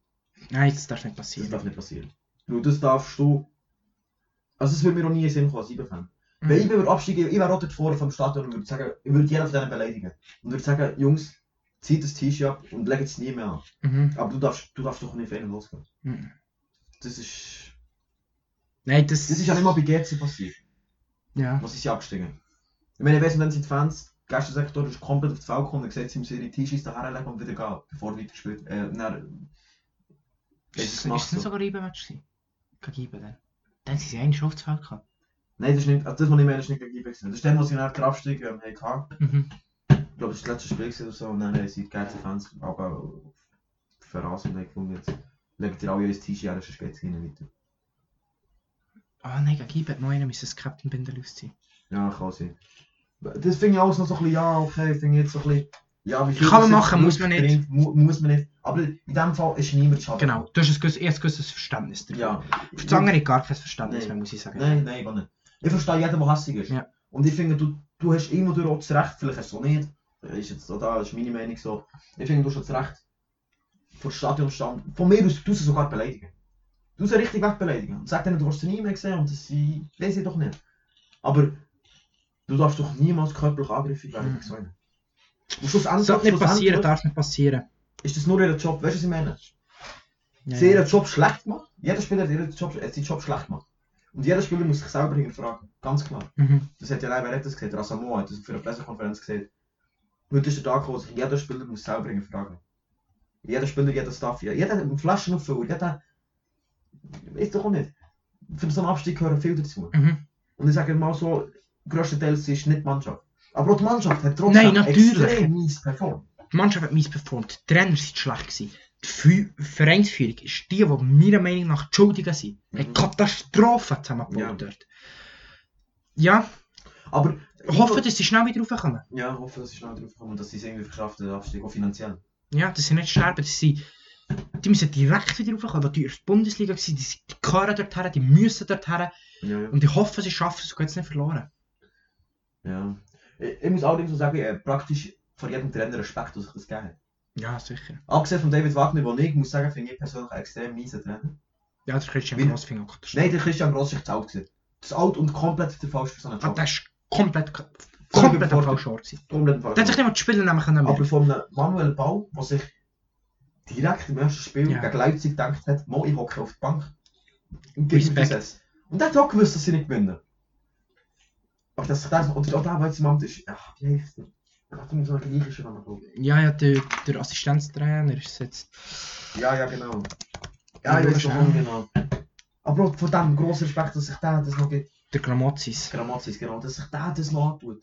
Speaker 2: Nein, das darf nicht
Speaker 1: das
Speaker 2: passieren.
Speaker 1: darf nicht passieren. Nur das darfst du. Also, es würde mir noch nie in den Sinn kommen, als IBE-Fan. Wenn
Speaker 2: Mhm.
Speaker 1: IBE würde absteigen, ich wäre auch dort vorne vom Stadion und würde sagen, ich würde jeden von denen beleidigen. Und würde sagen, Jungs, zieht das T-Shirt ab und legt es nie mehr an.
Speaker 2: Mhm.
Speaker 1: Aber du darfst, du darfst doch nicht fehlen losgehen.
Speaker 2: Mhm.
Speaker 1: Das ist.
Speaker 2: Nein, das...
Speaker 1: Das ist ja nicht mal bei GC passiert,
Speaker 2: Ja.
Speaker 1: was ist ja abgestiegen. Ich meine, weißt du, dann sind die Fans gestern sagt er, ist komplett auf das Feld gekommen und sieht, sie ihm ihre T-Shirts daherlegen und wieder gehen, bevor er weiterspielt. Äh, dann,
Speaker 2: Ist es
Speaker 1: gemacht
Speaker 2: nicht
Speaker 1: so.
Speaker 2: sogar ein Eibenmatch gewesen? Gegen Eiben dann? Dann sind sie eigentlich schon aufs Feld gekommen.
Speaker 1: Nein, das ist nicht, also das, was ich meine, ist nicht gegen IBE gewesen. Das ist dann, was sie nach der Abstieg ähm, hatten.
Speaker 2: Mhm.
Speaker 1: Ich glaube, das war das letzte Spiel gewesen oder so. Und dann haben sie die ganzen Fans aber verrasen und haben gefunden, jetzt legt ihr alle euer T-Shirt an, sonst geht es ihnen weiter.
Speaker 2: Ah nein, gegen Eiben hat noch einer müssen das Captain Bindel ausziehen.
Speaker 1: Ja, kann sein. Das finde ich alles noch so ein bisschen, ja, okay, finde ich jetzt so ein bisschen, ja, wie viel
Speaker 2: Kann man
Speaker 1: das jetzt
Speaker 2: machen, muss man nicht.
Speaker 1: bringt, mu muss man nicht. Aber Ah, in diesem Fall ist niemand zu schaden.
Speaker 2: Genau, du hast ein gewisses, ich habe ein gewisses Verständnis dafür.
Speaker 1: Ja.
Speaker 2: Für die anderen gar kein Verständnis
Speaker 1: Nein.
Speaker 2: mehr, muss ich sagen.
Speaker 1: Nein, nein, gar nicht. Ich verstehe jeden, der hassig ist.
Speaker 2: Ja.
Speaker 1: Und ich finde, du, du hast immer durch auch das Recht, vielleicht hast du es auch nicht, ist jetzt auch da, ist meine Meinung so. Ich finde, du hast auch das Recht, vor dem Stadionstand, von mir aus, du sie sogar beleidigen. Du sie richtig wegbeleidigen. Und sag denen, du wirst sie nie mehr sehen und sie, weiß ich doch nicht. Aber du darfst doch niemals körperlich angriffig werden.
Speaker 2: Mhm.
Speaker 1: Mhm. So. einem. Und schlussendlich,
Speaker 2: Das sollte nicht passieren,
Speaker 1: schlussendlich
Speaker 2: darf nicht passieren.
Speaker 1: ist das nur ihr Job, weißt du, was ich meine? Sie
Speaker 2: Ja,
Speaker 1: haben
Speaker 2: ja.
Speaker 1: ihren Job schlecht gemacht. Jeder Spieler hat ihren Job, hat seinen Job schlecht gemacht. Und jeder Spieler muss sich selber hinterfragen. Ganz klar.
Speaker 2: Mhm.
Speaker 1: Das hat ja leider wer hat das gesehen, Rasamoa hat das für eine Pressekonferenz gesehen. Heute ist der Tag, wo sich jeder Spieler muss selber hinterfragen. Jeder Spieler, jeder Staff, ja, jeder hat einen Flaschenauffüller, jeder... Ist doch auch nicht. Für so einen Abstieg gehören viel dazu.
Speaker 2: Mhm.
Speaker 1: Und ich sage mal so, größtenteils ist nicht die Mannschaft. Aber auch die Mannschaft hat trotzdem
Speaker 2: Nein, natürlich.
Speaker 1: extrem mies performt.
Speaker 2: Die Mannschaft hat mies performt, die Trainer sind schlecht gewesen. Die Fü Vereinsführung ist die, die meiner Meinung nach die Schuldigen sind. Eine
Speaker 1: Mhm.
Speaker 2: Katastrophe zusammengebaut
Speaker 1: Ja.
Speaker 2: dort. Ja,
Speaker 1: Aber...
Speaker 2: ich hoffe, dass sie schnell wieder raufkommen.
Speaker 1: Ja, ich hoffe, dass sie schnell drauf kommen und dass sie es irgendwie geschafft haben, den Abstieg, auch finanziell.
Speaker 2: Ja, dass sie nicht sterben, dass sie... Die müssen direkt wieder raufkommen, weil die in der Bundesliga waren, die, die gehören dorthin, die müssen dorthin.
Speaker 1: Ja, ja.
Speaker 2: Und ich hoffe, sie schaffen es, sogar jetzt nicht verloren.
Speaker 1: ja. Ich, ich muss allerdings so sagen, äh, praktisch vor jedem Trainer Respekt, der sich das gegeben hat.
Speaker 2: Ja, sicher.
Speaker 1: Abgesehen von David Wagner, den ich muss sagen, finde ich persönlich einen extrem miesen Trainer.
Speaker 2: Ja, der Christian
Speaker 1: Wie-
Speaker 2: Grossfinger hat
Speaker 1: Nein, der Christian Gross ist zu alt. gewesen. Zu alt und komplett der falsche für so einen
Speaker 2: Ah,
Speaker 1: Job.
Speaker 2: das ist komplett, komplett am
Speaker 1: überfordert.
Speaker 2: falschen Ort. gewesen.
Speaker 1: Komplett
Speaker 2: Der hat sich
Speaker 1: falsch.
Speaker 2: nicht mal die Spieler nehmen können.
Speaker 1: Aber
Speaker 2: merken.
Speaker 1: von einem Manuel Bau, der sich direkt im ersten Spiel
Speaker 2: Ja.
Speaker 1: gegen Leipzig gedacht hat, mo, ich hocke auf die Bank. Und gib mir das
Speaker 2: Respekt.
Speaker 1: Essen. Und der hat auch gewusst, dass sie nicht gewinnen. Aber dass sich das, oder auch der, der jetzt im Amt ist, ach, wie heisst der? Ich hatte mir so einen griechischen Namen glaube
Speaker 2: Ja, ja, der, der Assistenztrainer ist jetzt...
Speaker 1: ich. Ja, ja, genau. Ja, ich weiß
Speaker 2: Ja,
Speaker 1: schon, genau. Aber auch von dem grossen Respekt, dass sich der das noch gibt.
Speaker 2: Der Gramozis.
Speaker 1: Grammatis, genau, dass sich der das noch antut.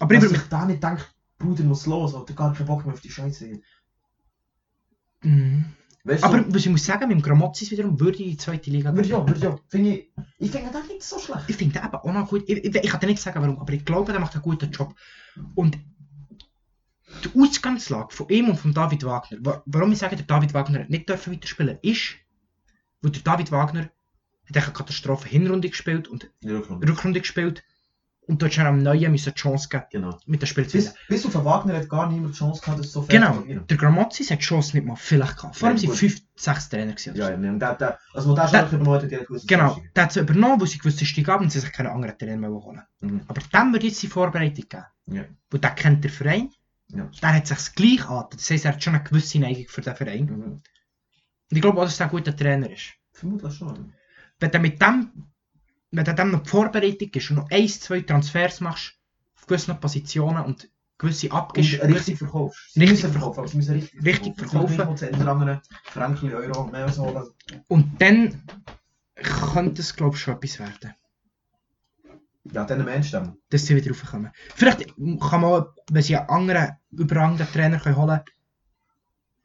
Speaker 2: Aber ich
Speaker 1: Dass
Speaker 2: würde
Speaker 1: sich der nicht denkt, Bruder muss los, oder gar keinen Bock mehr auf die Scheiße.
Speaker 2: mich... Mhm.
Speaker 1: Weißt du,
Speaker 2: Aber
Speaker 1: so,
Speaker 2: was ich muss sagen, mit dem Gramozis wiederum würde ich in die zweite Liga
Speaker 1: würde ja, würde ja. Finde ich, ich finde das nicht so schlecht.
Speaker 2: Ich finde den eben auch noch gut. Ich, ich, ich kann dir nicht sagen, warum, aber ich glaube, der macht einen guten Job. Und die Ausgangslage von ihm und von David Wagner, wa warum ich sage, der David Wagner hat nicht dürfen weiterspielen, ist, weil der David Wagner hat echt eine Katastrophe Hinrunde gespielt und Rückrunde gespielt und dort schon am Neuen müssen die Chance geben,
Speaker 1: Genau.
Speaker 2: mit dem Spiel zu
Speaker 1: Bis,
Speaker 2: gewinnen.
Speaker 1: bis auf den Wagner hat gar niemand die Chance gehabt, das so fair
Speaker 2: Genau,
Speaker 1: zu verlieren.
Speaker 2: der Gramozis hat die Chance nicht mal vielleicht gehabt. Vor allem
Speaker 1: Ja,
Speaker 2: sind
Speaker 1: gut.
Speaker 2: fünf, sechs Trainer gewesen. oder
Speaker 1: Ja,
Speaker 2: so.
Speaker 1: ja, nee, und der, der, also, der
Speaker 2: Der-
Speaker 1: Schlag übernommen hat, der hat gewusst, dass
Speaker 2: Genau,
Speaker 1: das ist.
Speaker 2: der hat sie übernommen, weil sie gewusst ist, die gab und sie sich keine anderen Trainer mehr holen.
Speaker 1: Mhm.
Speaker 2: Aber dem wird jetzt die Vorbereitung geben.
Speaker 1: Ja.
Speaker 2: Weil der kennt den Verein,
Speaker 1: Ja.
Speaker 2: der hat sich das gleich angetan. Das heisst, er hat schon eine gewisse Neigung für den Verein. Und
Speaker 1: Mhm.
Speaker 2: ich glaube auch, dass er ein guter Trainer ist.
Speaker 1: Vermutlich schon.
Speaker 2: Wenn du mit dem, wenn du dem noch die Vorbereitung ist und noch ein, zwei Transfers machst, auf gewissen Positionen und gewisse abgibst,
Speaker 1: Und richtig verkaufst. Sie
Speaker 2: Richtig
Speaker 1: müssen verkaufen, aber sie müssen richtig
Speaker 2: Richtig verkaufen.
Speaker 1: Ich will anderen Franken, Euro, mehr so holen.
Speaker 2: und dann könnte es, glaube ich, schon etwas werden.
Speaker 1: Ja, dann ähm, Mensch dann.
Speaker 2: dass sie wieder raufkommen. Vielleicht kann man, auch, wenn sie einen anderen, überragenden Trainer können holen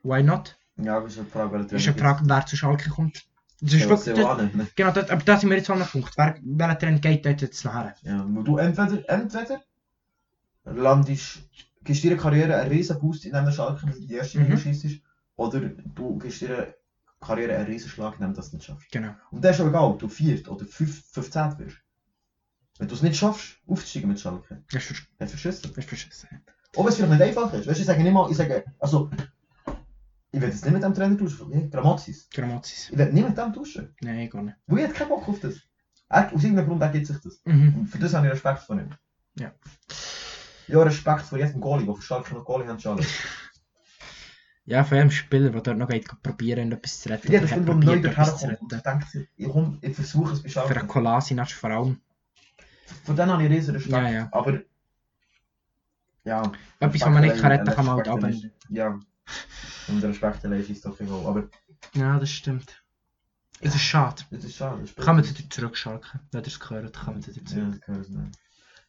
Speaker 2: why not?
Speaker 1: Ja, das ist eine Frage, welcher
Speaker 2: Das ist eine Frage, wer zu Schalke kommt. Das ist wirklich, das,
Speaker 1: Frage.
Speaker 2: genau, das, aber das sind wir jetzt an einem Punkt. Wer, welcher Trainer geht dort jetzt nachher?
Speaker 1: Ja, maar du entweder, entweder landest, gibst deiner Karriere einen riesen Boost, indem der Schalke in die erste Liga
Speaker 2: Mhm.
Speaker 1: schießt, oder du gibst deiner Karriere einen riesen Schlag, indem du das nicht schaffst.
Speaker 2: Genau.
Speaker 1: Und das ist auch egal, ob du viert oder fünf, 15 wirst. Wenn du es nicht schaffst, aufzusteigen mit Schalke,
Speaker 2: Das ist, versch-
Speaker 1: hast du verschissen.
Speaker 2: das ist verschissen.
Speaker 1: Ob es vielleicht nicht einfach ist, weißt du, ich sage nicht mal, ich sage, also, ich will jetzt nicht mit dem Trainer tauschen, nee, Grammatis.
Speaker 2: Gramozis.
Speaker 1: Ich will nicht mit dem tauschen,
Speaker 2: Nein, gar nicht.
Speaker 1: weil ich habe keinen Bock auf das. Er, aus irgendeinem Grund ergibt sich das.
Speaker 2: Mhm.
Speaker 1: Und für das habe ich Respekt vor ihm.
Speaker 2: Ja.
Speaker 1: Ja, Respekt vor jedem Goalie, der für Schalke noch Goalie haben schadet.
Speaker 2: Ja, von jedem Spieler, der dort noch geht, geht probieren, etwas zu retten.
Speaker 1: Für jeden
Speaker 2: Der hat
Speaker 1: Spieler, der neu
Speaker 2: probiert, etwas zu
Speaker 1: daherkommt und
Speaker 2: retten.
Speaker 1: denkt sich, ich, komm, ich versuche es bei
Speaker 2: Für
Speaker 1: Schalke.
Speaker 2: einen Kolasinac vor allem.
Speaker 1: Von denen habe ich riesen Respekt.
Speaker 2: Ja, ja.
Speaker 1: Aber Ja.
Speaker 2: Etwas, was man nicht kann retten
Speaker 1: Respekt-
Speaker 2: kann, man halt
Speaker 1: Respekt-
Speaker 2: abwenden.
Speaker 1: Ja. Und Respekt erlebt ist doch egal. Aber
Speaker 2: Ja, das stimmt. Es ist schade.
Speaker 1: das ist schade. das ist
Speaker 2: Kann man
Speaker 1: blöd.
Speaker 2: wieder zurückschalten. Wenn ihr es gehört, kann man wieder
Speaker 1: Ja,
Speaker 2: zurück.
Speaker 1: das gehört nicht. Weißt du,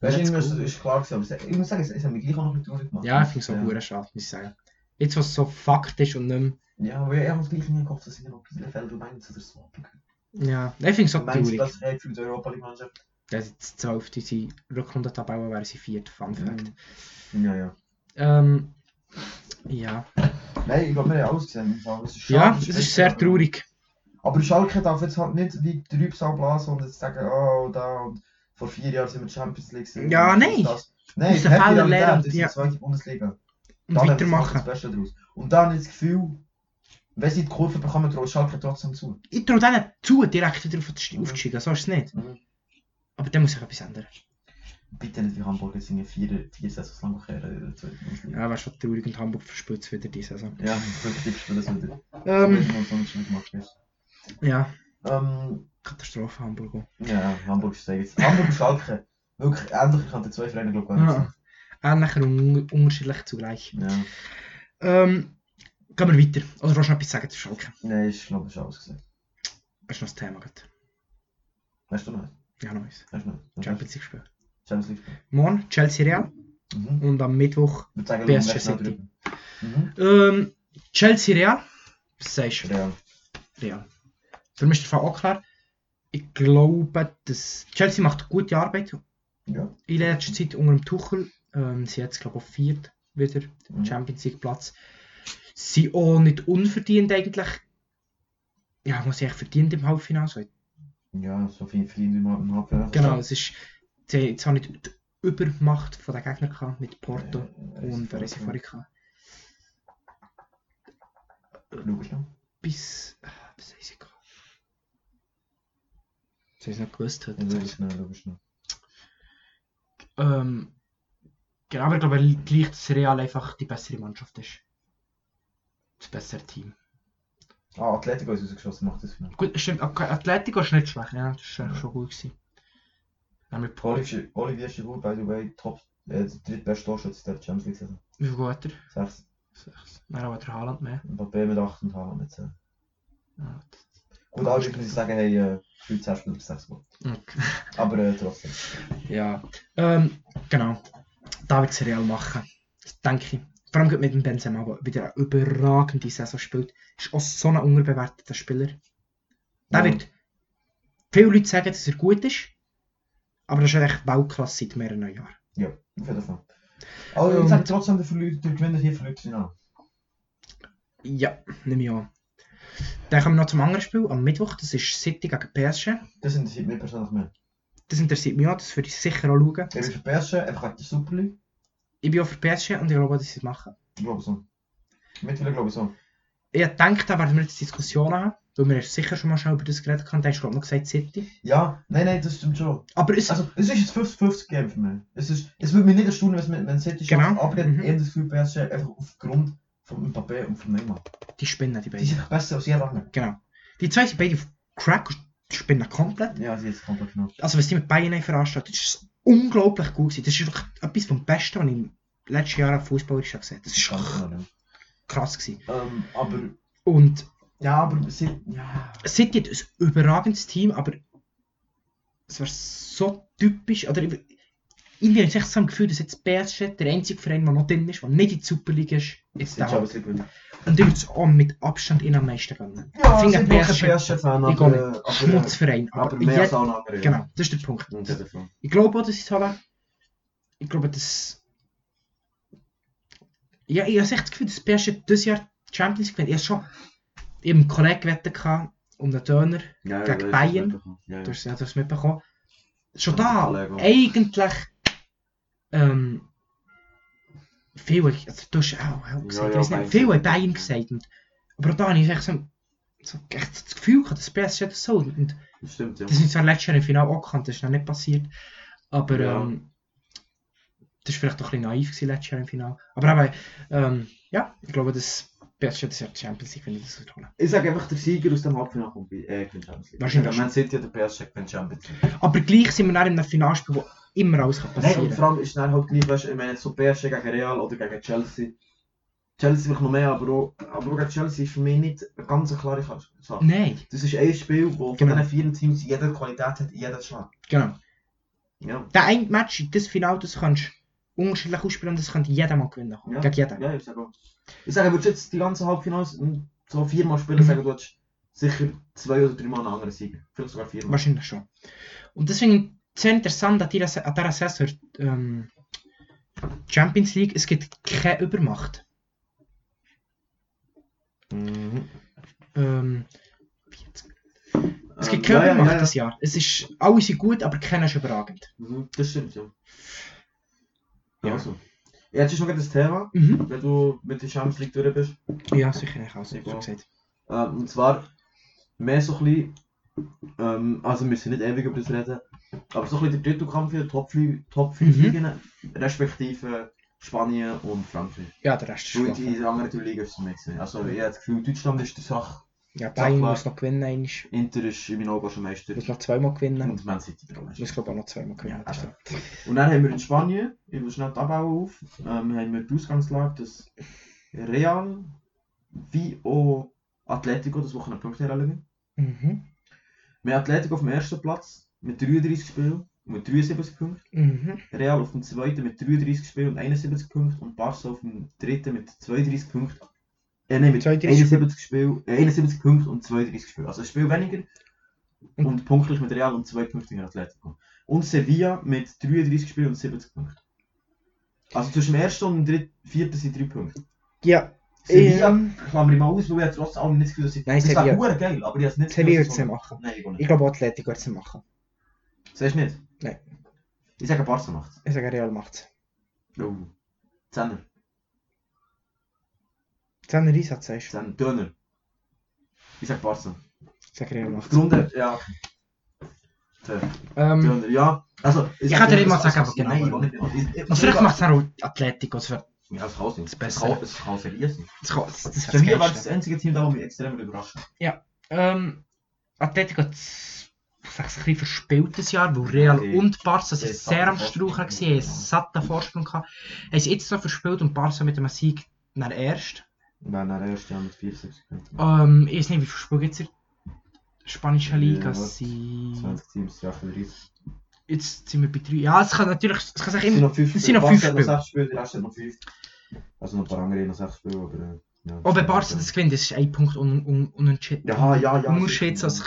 Speaker 2: Let's
Speaker 1: irgendwie ist
Speaker 2: go.
Speaker 1: ist klar gewesen, aber es- ich muss sagen, es, es hat mich gleich auch noch ein bisschen traurig gemacht.
Speaker 2: Ja, ich finde es auch hure schade, muss ich sagen. Jetzt, was so Fakt ist und nicht mehr.
Speaker 1: Ja, weil ich habe gleich nie gehofft, dass ich noch ein Feld um eins oder so abbekomme.
Speaker 2: Ja, ich finde es auch
Speaker 1: Meinst du,
Speaker 2: traurig.
Speaker 1: das hat für die Europa League Mannschaft?
Speaker 2: Dass jetzt 12. sind, Rückrundentabelle wäre sie viert, Fun Fact.
Speaker 1: Ja, ja.
Speaker 2: Ähm, ja.
Speaker 1: Nein, ich glaube, wir haben alles gesehen. im Fall. Es ist schade,
Speaker 2: dus
Speaker 1: es ist
Speaker 2: ja, es ist
Speaker 1: schade,
Speaker 2: sehr
Speaker 1: aber-
Speaker 2: traurig.
Speaker 1: Aber Schalke darf jetzt halt nicht wie Trübsal blasen und jetzt sagen, oh, da und vor vier Jahren sind wir Champions League. gewesen.
Speaker 2: Ja,
Speaker 1: Und
Speaker 2: nein.
Speaker 1: Das. Nein,
Speaker 2: Aus
Speaker 1: das
Speaker 2: den
Speaker 1: hat die
Speaker 2: Fehlern lernen,
Speaker 1: Realität, das ist
Speaker 2: ja.
Speaker 1: die zweite Bundesliga.
Speaker 2: Und
Speaker 1: Da lernen sie
Speaker 2: weitermachen.
Speaker 1: Das Beste daraus. Und dann habe ich das Gefühl, wenn sie die Kurve bekommen, traut Schalke trotzdem zu.
Speaker 2: Ich traue denen zu, direkt wieder auf die
Speaker 1: Mhm.
Speaker 2: aufzusteigen, so ist es nicht.
Speaker 1: Mhm.
Speaker 2: Aber dann muss sich etwas ändern.
Speaker 1: Bitte nicht wie Hamburg jetzt in vier, vier Saisons lang kehren in der zweiten Bundesliga.
Speaker 2: Ja, wäre schon traurig und Hamburg verspielt es wieder diese Saison.
Speaker 1: Ja, wirklich für das wieder.
Speaker 2: Ähm,
Speaker 1: Wenn du sonst nicht gemacht hast.
Speaker 2: ja,
Speaker 1: Ähm,
Speaker 2: Katastrophe Hamburg auch.
Speaker 1: ja, Hamburg ist jetzt. Hamburg und Schalke. Wirklich, endlich könnten zwei Vereine, glaube ich,
Speaker 2: Ja. Ähnlicher und un- unterschiedlich zugleich.
Speaker 1: sein. Ja.
Speaker 2: Ähm, gehen wir weiter. Oder willst du noch etwas sagen zu Schalke?
Speaker 1: Nein, ich glaube, das ist alles gesehen.
Speaker 2: Hast du noch das Thema gerade?
Speaker 1: Hast du noch?
Speaker 2: Ja, noch eins.
Speaker 1: Hast du noch?
Speaker 2: Champions League Spiel.
Speaker 1: Champions League.
Speaker 2: Morgen Chelsea Real
Speaker 1: Mhm.
Speaker 2: und am Mittwoch
Speaker 1: Wir zeigen
Speaker 2: PSG
Speaker 1: gleich noch
Speaker 2: City.
Speaker 1: drüber. Mhm.
Speaker 2: ähm, Chelsea Real. Was sagst du?
Speaker 1: Real.
Speaker 2: Real. Für mich ist der Fall auch klar. Ich glaube, dass Chelsea macht gute Arbeit
Speaker 1: Ja.
Speaker 2: in letzter Zeit unter dem Tuchel. Ähm, sie hat es, glaube ich, auch viert wieder
Speaker 1: Mhm.
Speaker 2: Champions League Platz. Sie auch nicht unverdient eigentlich. Ja, muss ich verdient im Halbfinale sein.
Speaker 1: Ja, so viel Frieden im im Halbfinale.
Speaker 2: Genau, es ist. Sie haben jetzt auch nicht die Übermacht von den Gegner gehabt mit Porto und wer ist vorher gehabt.
Speaker 1: Logisch, ne?
Speaker 2: Bis. ah, Was haben sie gehabt? Sie haben es nicht gewusst heute.
Speaker 1: Ja, Logisch, ne? Logisch, ne?
Speaker 2: Ähm, genau, aber ich glaube gleich, dass Real einfach die bessere Mannschaft ist. Das bessere Team.
Speaker 1: Ah, Atletico ist rausgeschossen, macht das Finale.
Speaker 2: Gut, stimmt, okay, Atletico ist nicht schlecht, ja, das ist eigentlich schon gut gewesen. Ja, mit Paul, wie
Speaker 1: Olivier- Olivier Giroud, by the way, top, äh, der drittbeste Torschütze der Champions League Saison.
Speaker 2: viel geht er?
Speaker 1: 6.
Speaker 2: Sechs. Nein, aber der Haaland mehr.
Speaker 1: Mbappé mit 8 und Haaland mit 10.
Speaker 2: Ja,
Speaker 1: Gut, alle muss ich sagen, hey, äh, 13 Spiele bis 6 Mal.
Speaker 2: Okay.
Speaker 1: Aber äh, trotzdem.
Speaker 2: Ja, ähm, genau. Da wird es Real machen. Das denke ich. Vor allem gerade mit dem Benzema, der wieder eine überragende Saison spielt. Ist auch so ein unterbewerteter Spieler.
Speaker 1: Ja.
Speaker 2: Der wird... Viele Leute sagen, dass er gut ist. Aber das ist eigentlich Weltklasse seit mehreren Jahren.
Speaker 1: Ja, auf jeden Fall. Aber ich
Speaker 2: Ähm,
Speaker 1: würde sagen, trotzdem, der, verliert, der Gewinner hier verliert das Finale.
Speaker 2: Ja, nehme ich an. Dann kommen wir noch zum anderen Spiel am Mittwoch. Das ist City gegen PSG.
Speaker 1: Das interessiert mich persönlich mehr.
Speaker 2: Das interessiert mich auch, das würde ich sicher auch schauen.
Speaker 1: Ich bin für PSG, einfach wegen der Super League.
Speaker 2: Ich bin auch für PSG und ich glaube, auch, dass sie es machen.
Speaker 1: Ich glaube so. Mittlerweile glaube ich so.
Speaker 2: Ich denke, da werden wir jetzt Diskussionen haben, weil wir sicher schon mal schnell über das geredet haben. Da hast du, glaub ich, noch gesagt City.
Speaker 1: Ja, nein, nein, das stimmt schon.
Speaker 2: Aber es,
Speaker 1: Also, es ist ein 50-50-Game für mich. Es, ist, es würde mich nicht erstaunen, wenn es mit Man City schafft,
Speaker 2: Genau.
Speaker 1: aber ich
Speaker 2: Mhm.
Speaker 1: habe eher das Gefühl, PSG einfach aufgrund von Mbappé und von Neymar.
Speaker 2: die spinnen, die
Speaker 1: Die sind
Speaker 2: beiden.
Speaker 1: einfach besser als jeder andere.
Speaker 2: Genau. Die zwei sind beide auf Crack und spinnen komplett.
Speaker 1: Ja, sie ist komplett genau.
Speaker 2: Also, was die mit Bayern haben veranstaltet, das ist unglaublich gut gewesen. Das ist wirklich etwas vom Besten, was ich im letzten Jahr auf Fußball gesehen habe. Das ist
Speaker 1: Ganz genau. ja.
Speaker 2: krass gewesen.
Speaker 1: Ähm, aber,
Speaker 2: Und
Speaker 1: ja, aber sie, ja.
Speaker 2: City hat ein überragendes Team, aber es wäre so typisch, oder ich- irgendwie habe ich echt so ein Gefühl, dass jetzt PSG der einzige Verein, der noch drin ist, der nicht in die Super League ist, jetzt
Speaker 1: Sie
Speaker 2: der
Speaker 1: ist aber super.
Speaker 2: Und ich würde es auch mit Abstand in am meisten gönnen.
Speaker 1: Ja,
Speaker 2: Finger
Speaker 1: sie sind wirklich
Speaker 2: PSG.
Speaker 1: ein PSG-Fan,
Speaker 2: Ich gehe
Speaker 1: aber,
Speaker 2: nicht. Schmutzverein.
Speaker 1: aber,
Speaker 2: Aber,
Speaker 1: aber mehr als
Speaker 2: jed-
Speaker 1: alle anderen. ja.
Speaker 2: Genau, das ist der Punkt.
Speaker 1: Auf jeden Fall.
Speaker 2: Ich glaube auch, dass sie es haben. Ich glaube, dass... Ja, ich habe echt das Gefühl, dass PSG dieses Jahr die Champions League gewinnt. Ich habe schon... Ich habe einen Kollegen gewettet gehabt, um den Turner.
Speaker 1: Ja, ja,
Speaker 2: Gegen
Speaker 1: das ist
Speaker 2: Bayern.
Speaker 1: wirklich- Ja,
Speaker 2: Du
Speaker 1: ja.
Speaker 2: hast ja, du hast es mitbekommen. Schon
Speaker 1: Ja,
Speaker 2: da,
Speaker 1: Kollege.
Speaker 2: eigentlich... Ähm... Viel... Also, du hast auch, auch gesagt,
Speaker 1: ja,
Speaker 2: ich weiss
Speaker 1: Bayern.
Speaker 2: nicht, viel haben Bayern gesagt. Und, aber da habe ich echt so... so echt das Gefühl gehabt, dass PSG das so... Und,
Speaker 1: Das stimmt, ja.
Speaker 2: Das ist zwar letztes Jahr im Finale auch gekannt, das ist noch nicht passiert. Aber
Speaker 1: Ja.
Speaker 2: ähm, das war vielleicht auch ein bisschen naiv gewesen, letztes Jahr im Finale. Aber eben, ähm, ehm, ja, ich glaube, dass Beste das Jahr die Champions League, wenn ich das wiederhole.
Speaker 1: Ich sage einfach, der Sieger aus dem Halbfinale kommt bei äh, gewinnt Champions League.
Speaker 2: Wahrscheinlich
Speaker 1: Ja, Man City oder PSG gewinnt Champions League.
Speaker 2: Aber gleich sind wir dann in einem Finalspiel, wo immer alles kann
Speaker 1: Nein,
Speaker 2: passieren
Speaker 1: und vor allem ist dann halt gleich, weißt, du, ich meine, so PSG gegen Real oder gegen Chelsea. Chelsea vielleicht noch mehr, aber auch, aber auch gegen Chelsea ist für mich nicht eine ganz klare Sache.
Speaker 2: Nein,
Speaker 1: Das ist ein Spiel, wo von
Speaker 2: Genau.
Speaker 1: diesen vier Teams jede Qualität hat, jeder Schlag.
Speaker 2: genau.
Speaker 1: Ja,
Speaker 2: Der eine Match, das Finale, das kannst du unterschiedlich ausspielen und das könnte jeder mal gewinnen.
Speaker 1: Ja.
Speaker 2: Gegen jeden.
Speaker 1: ja, ich sage auch. Ich sage, würdest du jetzt die ganzen Halbfinals mm, so viermal spielen,
Speaker 2: Mhm.
Speaker 1: sagen du hättest sicher zwei oder dreimal einen anderen Sieger. Vielleicht sogar viermal.
Speaker 2: Wahrscheinlich schon. Und deswegen sehr interessant an dieser, an dieser Saison ähm, Champions League, es gibt keine Übermacht.
Speaker 1: Mhm.
Speaker 2: Ähm, wie jetzt? es gibt
Speaker 1: Ähm, ja,
Speaker 2: keine
Speaker 1: ja,
Speaker 2: Übermacht
Speaker 1: ja, ja.
Speaker 2: das Jahr. Es ist, alle sind gut, aber keiner ist überragend.
Speaker 1: Mhm, Das stimmt, ja.
Speaker 2: Ja.
Speaker 1: Also. Ja, jetzt ist noch gerade das Thema,
Speaker 2: Mhm.
Speaker 1: wenn du mit der Champions League durch bist.
Speaker 2: Ja, sicher, ich habe es
Speaker 1: Ja.
Speaker 2: gesagt.
Speaker 1: Ähm, und zwar mehr so ein bisschen, ähm, also wir müssen nicht ewig über das reden, aber so ein bisschen der Titelkampf in der Top 5 Top fünf
Speaker 2: Mhm.
Speaker 1: Ligen, respektive Spanien und Frankreich.
Speaker 2: Ja, der Rest ist
Speaker 1: Weil die
Speaker 2: schon.
Speaker 1: in der anderen Liga ist es mehr gesehen. Also ich habe das Gefühl, Deutschland ist die Sache,
Speaker 2: Ja, Bayern
Speaker 1: klar.
Speaker 2: muss noch gewinnen, einmal.
Speaker 1: Inter ist in meinen Augen schon Meister
Speaker 2: muss noch zweimal gewinnen.
Speaker 1: und Man City der Meister.
Speaker 2: Muss, glaube ich, auch noch zweimal gewinnen.
Speaker 1: Ja,
Speaker 2: das stimmt.
Speaker 1: Und dann haben wir in Spanien, ich will schnell die Abbau auf, ähm, haben wir die Ausgangslage, dass dus Real wie auch Atletico das Wochenende Punkte herlegen.
Speaker 2: Mhm.
Speaker 1: Wir haben Atletico auf dem ersten Platz mit 33 Spielen und mit 73 Punkten.
Speaker 2: Mhm.
Speaker 1: Real auf dem zweiten mit 33 Spielen und 71 Punkten. Und Barca auf dem dritten mit 32 Punkten. Äh, nein, mit
Speaker 2: 32.
Speaker 1: 71, Spiel, äh, 71 Punkten und 32 Spielen. Also ein Spiel weniger.
Speaker 2: Und-
Speaker 1: Und punktlich mit Real und 2 Punkte gegen Atletico. Und Sevilla mit 33 Spielen und 70 Punkten. Also zwischen dem ersten und dem dritten, vierten sind 3 Punkte.
Speaker 2: Ja,
Speaker 1: Sevilla
Speaker 2: Ähm.
Speaker 1: klammer ich mal aus, weil ich habe trotzdem auch nicht das Gefühl, dass sie...
Speaker 2: Nein,
Speaker 1: das wäre
Speaker 2: Sevilla.
Speaker 1: verdammt geil, aber ich habe es nicht
Speaker 2: Sevilla wird
Speaker 1: dass
Speaker 2: es
Speaker 1: sie-
Speaker 2: nicht machen.
Speaker 1: Nein, ich gehe nicht.
Speaker 2: Ich glaube, Atletico wird es nicht machen.
Speaker 1: Sagst du nicht?
Speaker 2: Nein.
Speaker 1: Ich sage Barca macht's.
Speaker 2: Ich sage, Real macht es.
Speaker 1: Oh. Zehner.
Speaker 2: Zehner Einsatz, sagst du?
Speaker 1: Zehner. Döner. Ich sage Barca.
Speaker 2: Ich sage, Real macht es.
Speaker 1: Grunde, ja.
Speaker 2: Ähm,
Speaker 1: Döner, ja. Also,
Speaker 2: Ich kann dir nicht mal sagen,
Speaker 1: also,
Speaker 2: was genau.
Speaker 1: Nein, ich will nicht. Ich- ich-
Speaker 2: also vielleicht macht es auch Atletico. Das wäre
Speaker 1: Ja, das kann es nicht. Das
Speaker 2: Das Beste.
Speaker 1: kann es kann seriös sein.
Speaker 2: das, kann- das, das,
Speaker 1: Für
Speaker 2: wär
Speaker 1: mich war
Speaker 2: das
Speaker 1: das
Speaker 2: Geilste.
Speaker 1: einzige Team da, das mich extrem überrascht. hat.
Speaker 2: Ähm, Atletico hat s- ich sag's ein bisschen verspieltes Jahr, wo Real
Speaker 1: Okay.
Speaker 2: und Barca sind
Speaker 1: Ja,
Speaker 2: sehr am
Speaker 1: satten
Speaker 2: Strauchen waren,
Speaker 1: Vorsprung.
Speaker 2: haben einen satten Vorsprung gehabt. Haben sie jetzt noch verspielt und Barca mit einem Sieg nach erst.
Speaker 1: Nein, nein, erst ja mit 74 Punkten.
Speaker 2: Ähm, ich weiß nicht, wie viel Spiel gibt es in der spanischen
Speaker 1: Ja,
Speaker 2: Liga?
Speaker 1: warte.
Speaker 2: sind.
Speaker 1: 20 Teams, ja, für 30.
Speaker 2: Jetzt sind wir bei drei. Ja, es kann natürlich, es kann sich
Speaker 1: Es sind
Speaker 2: immer.
Speaker 1: noch 5
Speaker 2: es sind noch fünf
Speaker 1: Barca hat
Speaker 2: Spiele.
Speaker 1: noch 6 Spiele, der Rest hat noch 5. Also noch ein paar andere haben noch 6 Spiele, aber... äh, Ja,
Speaker 2: Auch wenn Oh, Barca das gewinnt, das ist ein Punkt un, un, unentschieden.
Speaker 1: Ja, ja, ja.
Speaker 2: Nur
Speaker 1: sicher.
Speaker 2: jetzt, also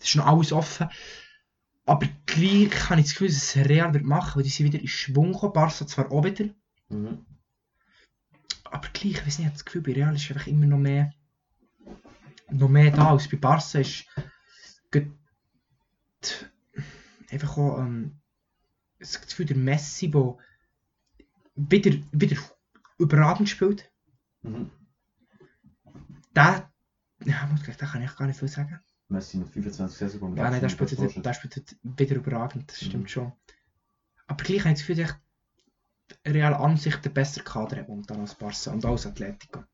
Speaker 2: Es ist noch alles offen. Aber gleich habe ich das Gefühl, dass es Real wird machen, weil die sind wieder in Schwung gekommen. Barca zwar auch wieder,
Speaker 1: Mhm.
Speaker 2: aber gleich, ich weiß nicht, ich habe das Gefühl, bei Real ist einfach immer noch mehr, noch mehr da als bei Barca ist gut- einfach auch ähm, das Gefühl, der Messi, der wieder, wieder überragend spielt,
Speaker 1: Mhm.
Speaker 2: der, ja, muss ich sagen, da kann ich gar nicht viel sagen.
Speaker 1: Messi mit 25 Saisonpunkten.
Speaker 2: Ja, nein, das spielt, jetzt- das spielt jetzt wieder überragend, das
Speaker 1: Mhm.
Speaker 2: stimmt schon. Aber gleich habe ich das Gefühl, dass Real an sich den besseren Kader hat momentan als Barca und als Atletico.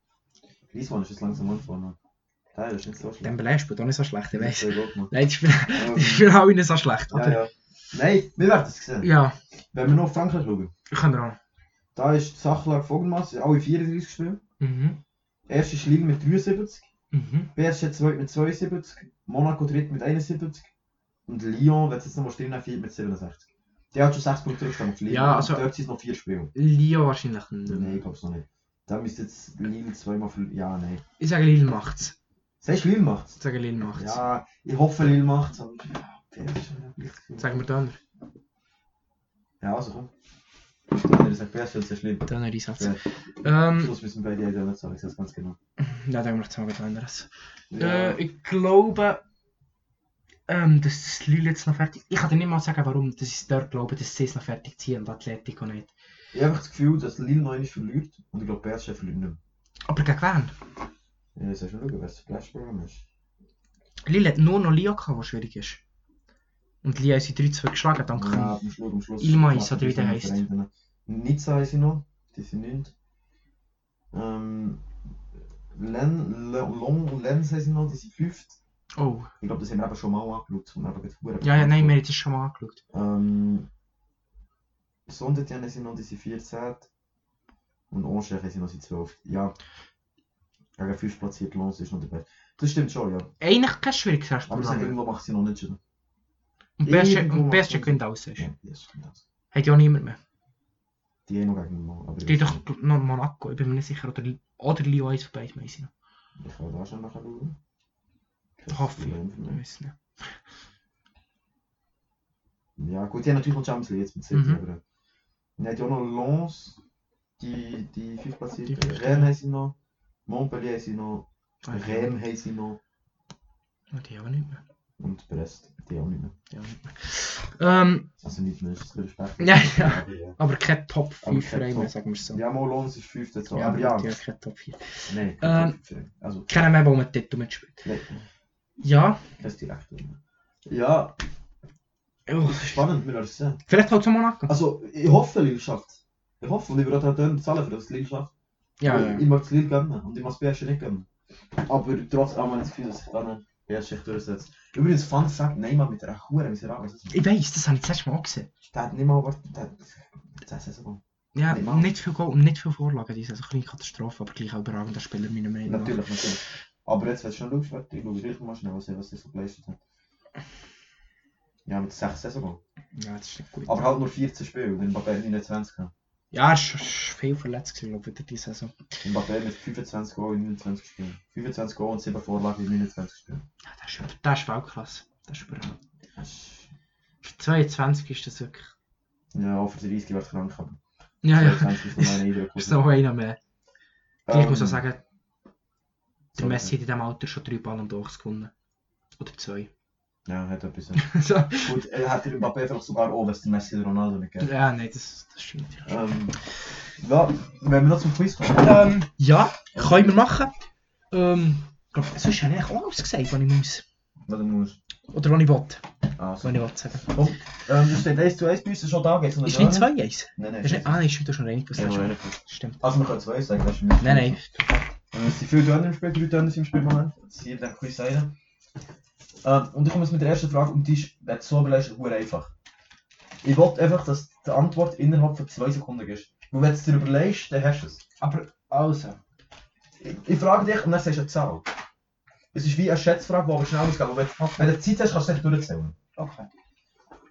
Speaker 1: Griezmann ist jetzt langsam angefangen. Der ist nicht so schlecht.
Speaker 2: Dembélé spielt auch nicht so schlecht, ich weiss.
Speaker 1: Sehr gut, Mann.
Speaker 2: [LAUGHS] Nein, die spielen, die
Speaker 1: Ähm,
Speaker 2: spielen alle nicht so schlecht.
Speaker 1: ja,
Speaker 2: Aber
Speaker 1: ja. Nein, wir werden es
Speaker 2: ja,
Speaker 1: sehen. Wenn wir noch auf Frankreich schauen,
Speaker 2: können wir auch.
Speaker 1: da ist die Sachlage folgendermaßen: alle 34 Spiele.
Speaker 2: Mhm.
Speaker 1: Erst ist Lille mit 73,
Speaker 2: Mhm.
Speaker 1: PSG zweit mit 72, Monaco dritt mit 71 und Lyon, wenn es jetzt nochmal stehen, viert mit 67. Die hat schon 6 Punkte Rückstand auf Lille.
Speaker 2: Ja, also-
Speaker 1: Und dort sind es noch 4 Spiele.
Speaker 2: Lyon wahrscheinlich nicht.
Speaker 1: Nein, ich glaube es noch nicht. Da müsste jetzt Lille zweimal. verli- Ja, nein.
Speaker 2: Ich sage, Lille macht's.
Speaker 1: Sagst du, Lille macht's?
Speaker 2: Ich sage, Lille macht's.
Speaker 1: Ja, ich hoffe, Lille macht's. aber- Ja, das ist schon ein bisschen-
Speaker 2: Sagen wir Döner.
Speaker 1: Ja, also komm. Dann ist ein Pärchen sehr schlimm.
Speaker 2: Döner Einsatz.
Speaker 1: Ja. Am
Speaker 2: Ähm,
Speaker 1: Schluss müssen beide ja nicht sagen, ich sag's ganz genau.
Speaker 2: ja, dann macht's mal was anderes. Äh, ich glaube, ähm, dass das Lille jetzt noch fertig Ich kann dir nicht mal sagen, warum dass ich dort glaube, dass sie es noch fertig ziehen und Atletico nicht.
Speaker 1: Ich habe einfach das Gefühl, dass Lille noch einmal verliert und ich glaube, Pärchen verliert nicht
Speaker 2: Aber gegen wen?
Speaker 1: mehr. Ja, soll schon schauen, was das Flash-Programm ist.
Speaker 2: Lille hat nur noch Lyon gehabt, was schwierig ist. Und Lyon ist 3-2 geschlagen, dank
Speaker 1: Ja, am Schluss, am Schluss.
Speaker 2: Ilmais, oder wie der heisst.
Speaker 1: Nizza heißt sie noch, die sind nicht. Ähm, Len, Le- Long und Lenz sind noch, die sind fünft.
Speaker 2: Oh.
Speaker 1: Ich glaube, das haben wir eben schon mal angeschaut. Und eben gerade verdammt
Speaker 2: Ja, ja,
Speaker 1: angeschaut.
Speaker 2: nein, wir haben das schon mal angeschaut.
Speaker 1: Ähm, Sondertjan sind noch diese 14. Und Anstech sind noch die 12. Ja. Gegen 5 platziert Lons ist noch der Beste. Das stimmt schon, ja.
Speaker 2: Eigentlich kein schwieriges
Speaker 1: Aber sie haben
Speaker 2: Restprogramm.
Speaker 1: irgendwo macht sie noch nicht schon.
Speaker 2: Und Berge,
Speaker 1: irgendwo-
Speaker 2: und Berge gewinnt alles. Ja.
Speaker 1: Ja, yes, yes.
Speaker 2: Hat ja auch niemand mehr.
Speaker 1: Die haben noch gegen Lons. Aber
Speaker 2: Die doch noch Monaco, ich bin mir nicht sicher. Oder, oder Lyon 1 von beiden, weiss ich noch.
Speaker 1: Ich kann da schon nachher schauen.
Speaker 2: Ich hoffe,
Speaker 1: Ja,
Speaker 2: ich weiß nicht.
Speaker 1: Ja, gut, die haben natürlich noch Champions League jetzt mit City,
Speaker 2: Mhm.
Speaker 1: aber. Dann hat ja auch noch Lons, die, die 5 platziert.
Speaker 2: Die fünfte.
Speaker 1: Rennes haben sie noch. Montpellier haben sie noch.
Speaker 2: Ah,
Speaker 1: Rennes haben sie noch.
Speaker 2: Und die auch nicht mehr.
Speaker 1: Und Brest, die auch nicht mehr.
Speaker 2: Die auch nicht mehr. Ähm,
Speaker 1: Also nicht mehr, das ist Respekt.
Speaker 2: [LAUGHS] Ja, ja.
Speaker 1: Aber, ja.
Speaker 2: aber kein Top
Speaker 1: Aber
Speaker 2: 5
Speaker 1: kein
Speaker 2: Verein mehr,
Speaker 1: Top.
Speaker 2: sagen wir es so.
Speaker 1: Ja, mal Lons ist fünfte, so.
Speaker 2: Ja,
Speaker 1: aber ja,
Speaker 2: gut, ja, kein Top 4.
Speaker 1: nein,
Speaker 2: Ähm.
Speaker 1: kein Top-Verein. Also,
Speaker 2: Keiner mehr, der um den Titel mitspielt.
Speaker 1: nein,
Speaker 2: Ja.
Speaker 1: das ist direkt. Ja,
Speaker 2: Oh.
Speaker 1: das ist spannend, wir werden es sehen.
Speaker 2: Vielleicht halt zu Monaco.
Speaker 1: Also, ich hoffe, Lille schafft Ich hoffe, und ich würde auch dann zahlen, für das Lille schafft.
Speaker 2: Ja,
Speaker 1: Weil
Speaker 2: ja.
Speaker 1: Ich mag das Lille gönnen und ich mag das PSG nicht gönnen. Aber trotzdem habe ich das Gefühl, dass sich dann PSG durchsetzt. Übrigens, Fun Fact: Neymar mit einer Hure miserabel Saison.
Speaker 2: Ich weiß, das habe ich das letzte Mal auch gesehen.
Speaker 1: Der hat nicht mal was. Der hat. Das ist so.
Speaker 2: Ja,
Speaker 1: Nicht mal.
Speaker 2: nicht viel Goal und nicht viel Vorlagen. Das ist also eine kleine Katastrophe, aber gleich auch überragender Spieler meiner Meinung nach.
Speaker 1: Natürlich, natürlich. Aber jetzt, wenn du schon schaust, warte, ich schaue gleich mal schnell, was er was er so geleistet hat. Ja, mit 6 Saison.
Speaker 2: Ja, das ist nicht gut.
Speaker 1: Aber halt nur 14 Spiele, denn Mbappé hat 29 gehabt.
Speaker 2: Ja, er ist, ist viel verletzt gewesen, glaube ich, wieder diese Saison.
Speaker 1: Mbappé mit 25 Goal in 29 Spielen. 25 Goal und 7 Vorlagen in 29 Spielen.
Speaker 2: Ja, das ist, über- das ist Weltklasse. Das ist überall.
Speaker 1: Das ist-
Speaker 2: Für 22 ist das wirklich...
Speaker 1: Ja, auch für die 30 wird krank, aber
Speaker 2: Ja, ja.
Speaker 1: 22 ist noch mein Eindruck.
Speaker 2: [LAUGHS] Ist noch einer mehr. Gleich muss man sagen, der
Speaker 1: Ähm, sorry.
Speaker 2: Messi hat in diesem Alter schon drei Ballon d'Ors gewonnen. Oder zwei. [LAUGHS]
Speaker 1: Ja, hat etwas.
Speaker 2: so.
Speaker 1: Gut, er hat den Mbappé vielleicht sogar auch, dass der Messi den Ronaldo nicht kennt.
Speaker 2: Ja, nein, das, das stimmt. Ja.
Speaker 1: Ähm, ja, wenn wir noch zum Quiz kommen.
Speaker 2: Ähm, ja, können wir machen. Ähm, glaub, sonst habe ich eigentlich auch alles gesagt, was ich muss.
Speaker 1: Was du musst.
Speaker 2: Oder was ich will.
Speaker 1: Ah,
Speaker 2: Was ich will sagen.
Speaker 1: Komm, ähm, es steht 1 zu 1 bei uns, das ist schon da, geht's noch
Speaker 2: Ist nicht 2-1?
Speaker 1: Nein, nein,
Speaker 2: Ist nicht- Ah, nein, stimmt, du hast schon rein.
Speaker 1: Ja, nein.
Speaker 2: Stimmt.
Speaker 1: Also man kann 2 sagen, das ist nicht
Speaker 2: Nein, nein.
Speaker 1: Äh, Es sind viele Döner im Spiel, drei Döner im Spiel im Moment. Das ist hier der Quiz einer. Ähm, und ich komme jetzt mit der ersten Frage und die ist, wenn du so überlegst, ist einfach. Ich wollte einfach, dass die Antwort innerhalb von 2 Sekunden ist. Weil wenn du es dir überlegst, dann hast du es.
Speaker 2: Aber, also.
Speaker 1: Ich, ich frage dich und dann sagst du eine Zahl. Es ist wie eine Schätzfrage, die aber schnell muss gehen. Aber Wenn, du- wenn du Zeit hast, kannst du es echt durchzählen.
Speaker 2: Okay.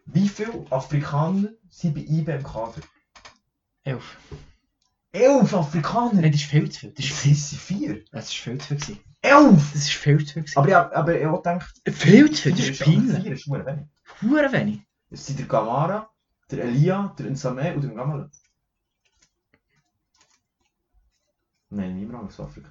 Speaker 1: Wie viele Afrikaner sind bei IBM im Kader?
Speaker 2: 11.
Speaker 1: 11 Afrikaner!
Speaker 2: Nein, das ist viel zu viel. Das ist,
Speaker 1: sind sie vier.
Speaker 2: das ist viel zu viel. gewesen.
Speaker 1: 11!
Speaker 2: Das ist viel zu viel. gewesen.
Speaker 1: Aber ich, hab- aber ich hab auch gedacht,
Speaker 2: viel zu viel, das
Speaker 1: vier
Speaker 2: ist
Speaker 1: aber
Speaker 2: peinlich.
Speaker 1: Vier ist verdammt wenig.
Speaker 2: Hure wenig.
Speaker 1: Es sind der Gamara, der Elia, der Insame und der Gamala. Nein, niemand aus Afrika.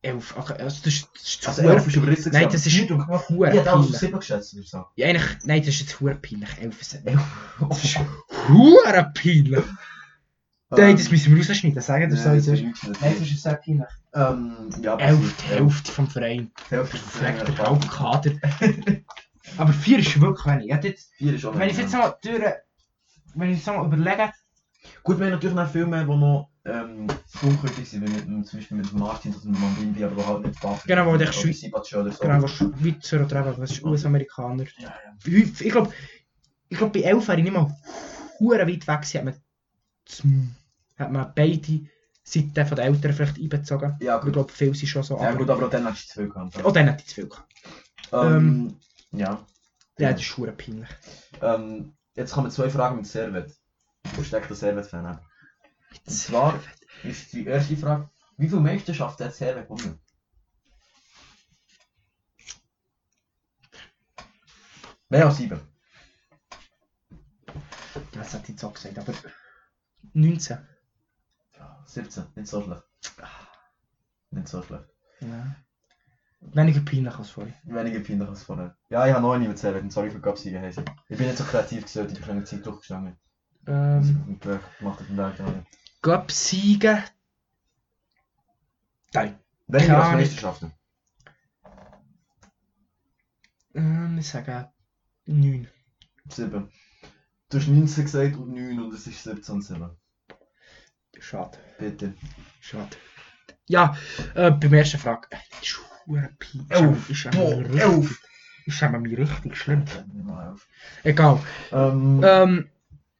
Speaker 2: 11. Okay, also, das ist, das ist zu
Speaker 1: Also
Speaker 2: hure-
Speaker 1: 11 ist überrissen.
Speaker 2: Nein, das ist
Speaker 1: Ich
Speaker 2: hure
Speaker 1: hätte auch so
Speaker 2: peinlich.
Speaker 1: 7 geschätzt oder so.
Speaker 2: Ja, eigentlich, nein, das ist jetzt hure peinlich. 11 ist Das ist
Speaker 1: Oh.
Speaker 2: hure peinlich.
Speaker 1: Ehm,
Speaker 2: Nein, das müssen wir rausschneiden. Sagen das so,
Speaker 1: Nein,
Speaker 2: wie es
Speaker 1: das
Speaker 2: ist.
Speaker 1: ist
Speaker 2: Nein, das ist sehr peinlich.
Speaker 1: Ähm, ja,
Speaker 2: Ehm, Elf,
Speaker 1: passiert.
Speaker 2: die Hälfte vom Verein.
Speaker 1: Elf ist
Speaker 2: Perfekt, der halbe [LAUGHS] Kader. Aber vier ist wirklich wenig. Ich hätte jetzt,
Speaker 1: Vier ist auch
Speaker 2: wenn ich jetzt
Speaker 1: wenig.
Speaker 2: mal durch, wenn ich jetzt mal überlege,
Speaker 1: Gut, wir haben natürlich noch viel mehr, die noch ähm, unkündig sind, wie mit, dem- zum Beispiel mit dem Martin oder mit Mandimbi, aber die halt nicht Waffen.
Speaker 2: Genau, wo dich Schweiz-
Speaker 1: Schweizer.
Speaker 2: genau, was Schweizer oder eben, was ist US-Amerikaner. Häufig- Ich glaube, ich glaub, bei elf wäre ich nicht mal hure weit weg gewesen, hat man, zum- hat man beide Seiten von den Eltern vielleicht einbezogen.
Speaker 1: Ja,
Speaker 2: Ich
Speaker 1: gut.
Speaker 2: glaube, viele sind schon so.
Speaker 1: Ja, gut, aber auch dann hast du zwei gehabt.
Speaker 2: Oh, dann hätte ich zu viel gehabt.
Speaker 1: Ähm, ja.
Speaker 2: Ja, das ist hure peinlich.
Speaker 1: Ähm, jetzt kommen zwei Fragen mit Servet. Wo steckt der Servet-Fan an? Und zwar ist die erste Frage, wie viele Meisterschaften hat Servet gewonnen? Mehr als sieben.
Speaker 2: Ja, Das hätte ich jetzt auch gesagt, aber 19.
Speaker 1: 17, nicht so schlecht. Nicht so schlecht.
Speaker 2: Ja. Weniger peinlich als vorher.
Speaker 1: Weniger peinlich als vorher. Ja, ich habe noch nie mit Servet, und sorry für Gabsiegen heißen. Ich bin nicht so kreativ gewesen, ich habe keine Zeit durchgestanden.
Speaker 2: Ähm,
Speaker 1: Und äh, gemacht auf dem Tag. ja.
Speaker 2: Cup-Siege. Nein.
Speaker 1: Weniger als
Speaker 2: Ahnung.
Speaker 1: Meisterschaften.
Speaker 2: Ähm, ich sage 9.
Speaker 1: 7. Du hast 19 gesagt und 9 und es ist 17 und 7.
Speaker 2: Schade.
Speaker 1: Bitte.
Speaker 2: Schade. Ja, äh, beim ersten Frage. Äh, Das ist hure peinlich.
Speaker 1: Elf.
Speaker 2: Ich schäme
Speaker 1: Boah,
Speaker 2: mich richtig-
Speaker 1: elf.
Speaker 2: ich schäme mich richtig schlimm.
Speaker 1: Ja, elf.
Speaker 2: Egal.
Speaker 1: Ähm,
Speaker 2: Ähm,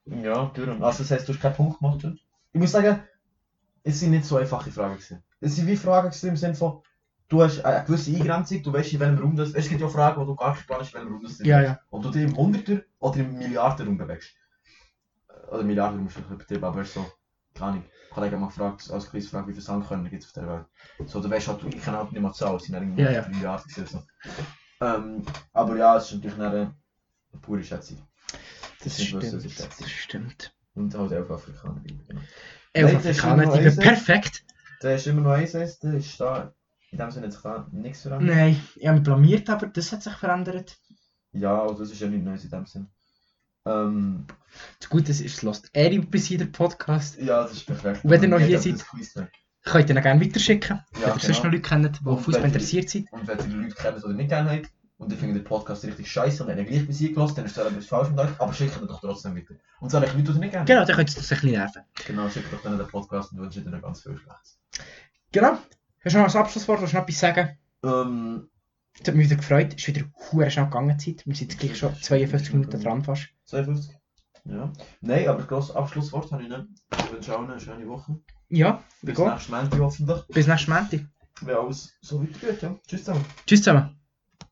Speaker 1: Ja, Dürren. Also das heißt, du hast keinen Punkt gemacht heute? Ich muss sagen, es sind nicht so einfache Fragen gewesen. Es sind wie Fragen gewesen im Sinne von, du hast eine gewisse Eingrenzung, du weißt in welchem Raum das... Es gibt ja Fragen, wo du gar nicht Plan hast, in welchem Raum das sind.
Speaker 2: ja, ja.
Speaker 1: Ob du dich im Hunderter oder im Milliardenraum bewegst. Oder Milliardenraum ist vielleicht übertrieben, aber so... Keine Ahnung. Ein Kollege hat mal gefragt, als Quizfrage, wie viele Sandkörner gibt es auf der Welt? So, du weißt halt, ich kann halt nicht mal zahlen, es sind irgendwie
Speaker 2: Ja, ja.
Speaker 1: Milliarden gewesen. oder So. Ähm, aber ja, es ist natürlich dann eine pure Schätzung.
Speaker 2: Das
Speaker 1: Ich wusste,
Speaker 2: stimmt.
Speaker 1: das ist-
Speaker 2: Das stimmt.
Speaker 1: Und halt elf Afrikaner. Genau. Nein,
Speaker 2: Elf
Speaker 1: das ist
Speaker 2: Afrikaner,
Speaker 1: nur
Speaker 2: die
Speaker 1: eins.
Speaker 2: perfekt.
Speaker 1: Der ist immer noch 1-1, der ist da. In dem Sinne jetzt gar nichts verändert.
Speaker 2: Nein, ich habe mich blamiert, aber das hat sich verändert.
Speaker 1: Ja, dus also das ist ja nichts Neues in dem Sinne. Ähm,
Speaker 2: Gut, das ist lost. Er bis jeder Podcast.
Speaker 1: ja, das ist perfekt.
Speaker 2: Und wenn ihr noch
Speaker 1: Dann
Speaker 2: hier
Speaker 1: geht
Speaker 2: seid-
Speaker 1: das Quiz weg.
Speaker 2: Könnt ihr ihn gerne weiterschicken,
Speaker 1: Ja,
Speaker 2: wenn ihr sonst noch
Speaker 1: genau.
Speaker 2: Leute kennt,
Speaker 1: Und
Speaker 2: die auf Fußball
Speaker 1: wenn ihr-
Speaker 2: interessiert sind.
Speaker 1: Und wenn ihr die Leute kennt oder nicht gerne habt und ihr findet den Podcast richtig scheiße und habt ihn gleich bis hier gelassen, dann ist das etwas falsch mit euch, aber schickt ihn doch trotzdem weiter. Und zwar euch Leute, die ihr nicht gerne
Speaker 2: Genau, dann könnt ihr uns ein bisschen nerven.
Speaker 1: habt. Genau, schickt doch dann den Podcast und wünscht ihnen ganz viel Schlechtes.
Speaker 2: Genau. Hast du noch ein Abschlusswort? Willst du noch etwas sagen?
Speaker 1: Ähm,
Speaker 2: Es hat mich wieder gefreut. Es ist wieder hure schnell gegangen. die Zeit. Wir sind jetzt gleich schon 52 Minuten dran fast.
Speaker 1: 52? Ja. Nein, aber grosses Abschlusswort habe ich nicht. Ich wünsche allen eine schöne Woche.
Speaker 2: Ja, wir
Speaker 1: Bis
Speaker 2: gehen.
Speaker 1: nächstes Montag hoffentlich.
Speaker 2: Bis nächstes Montag.
Speaker 1: Wenn alles so weitergeht, ja. Tschüss zusammen.
Speaker 2: Tschüss zusammen.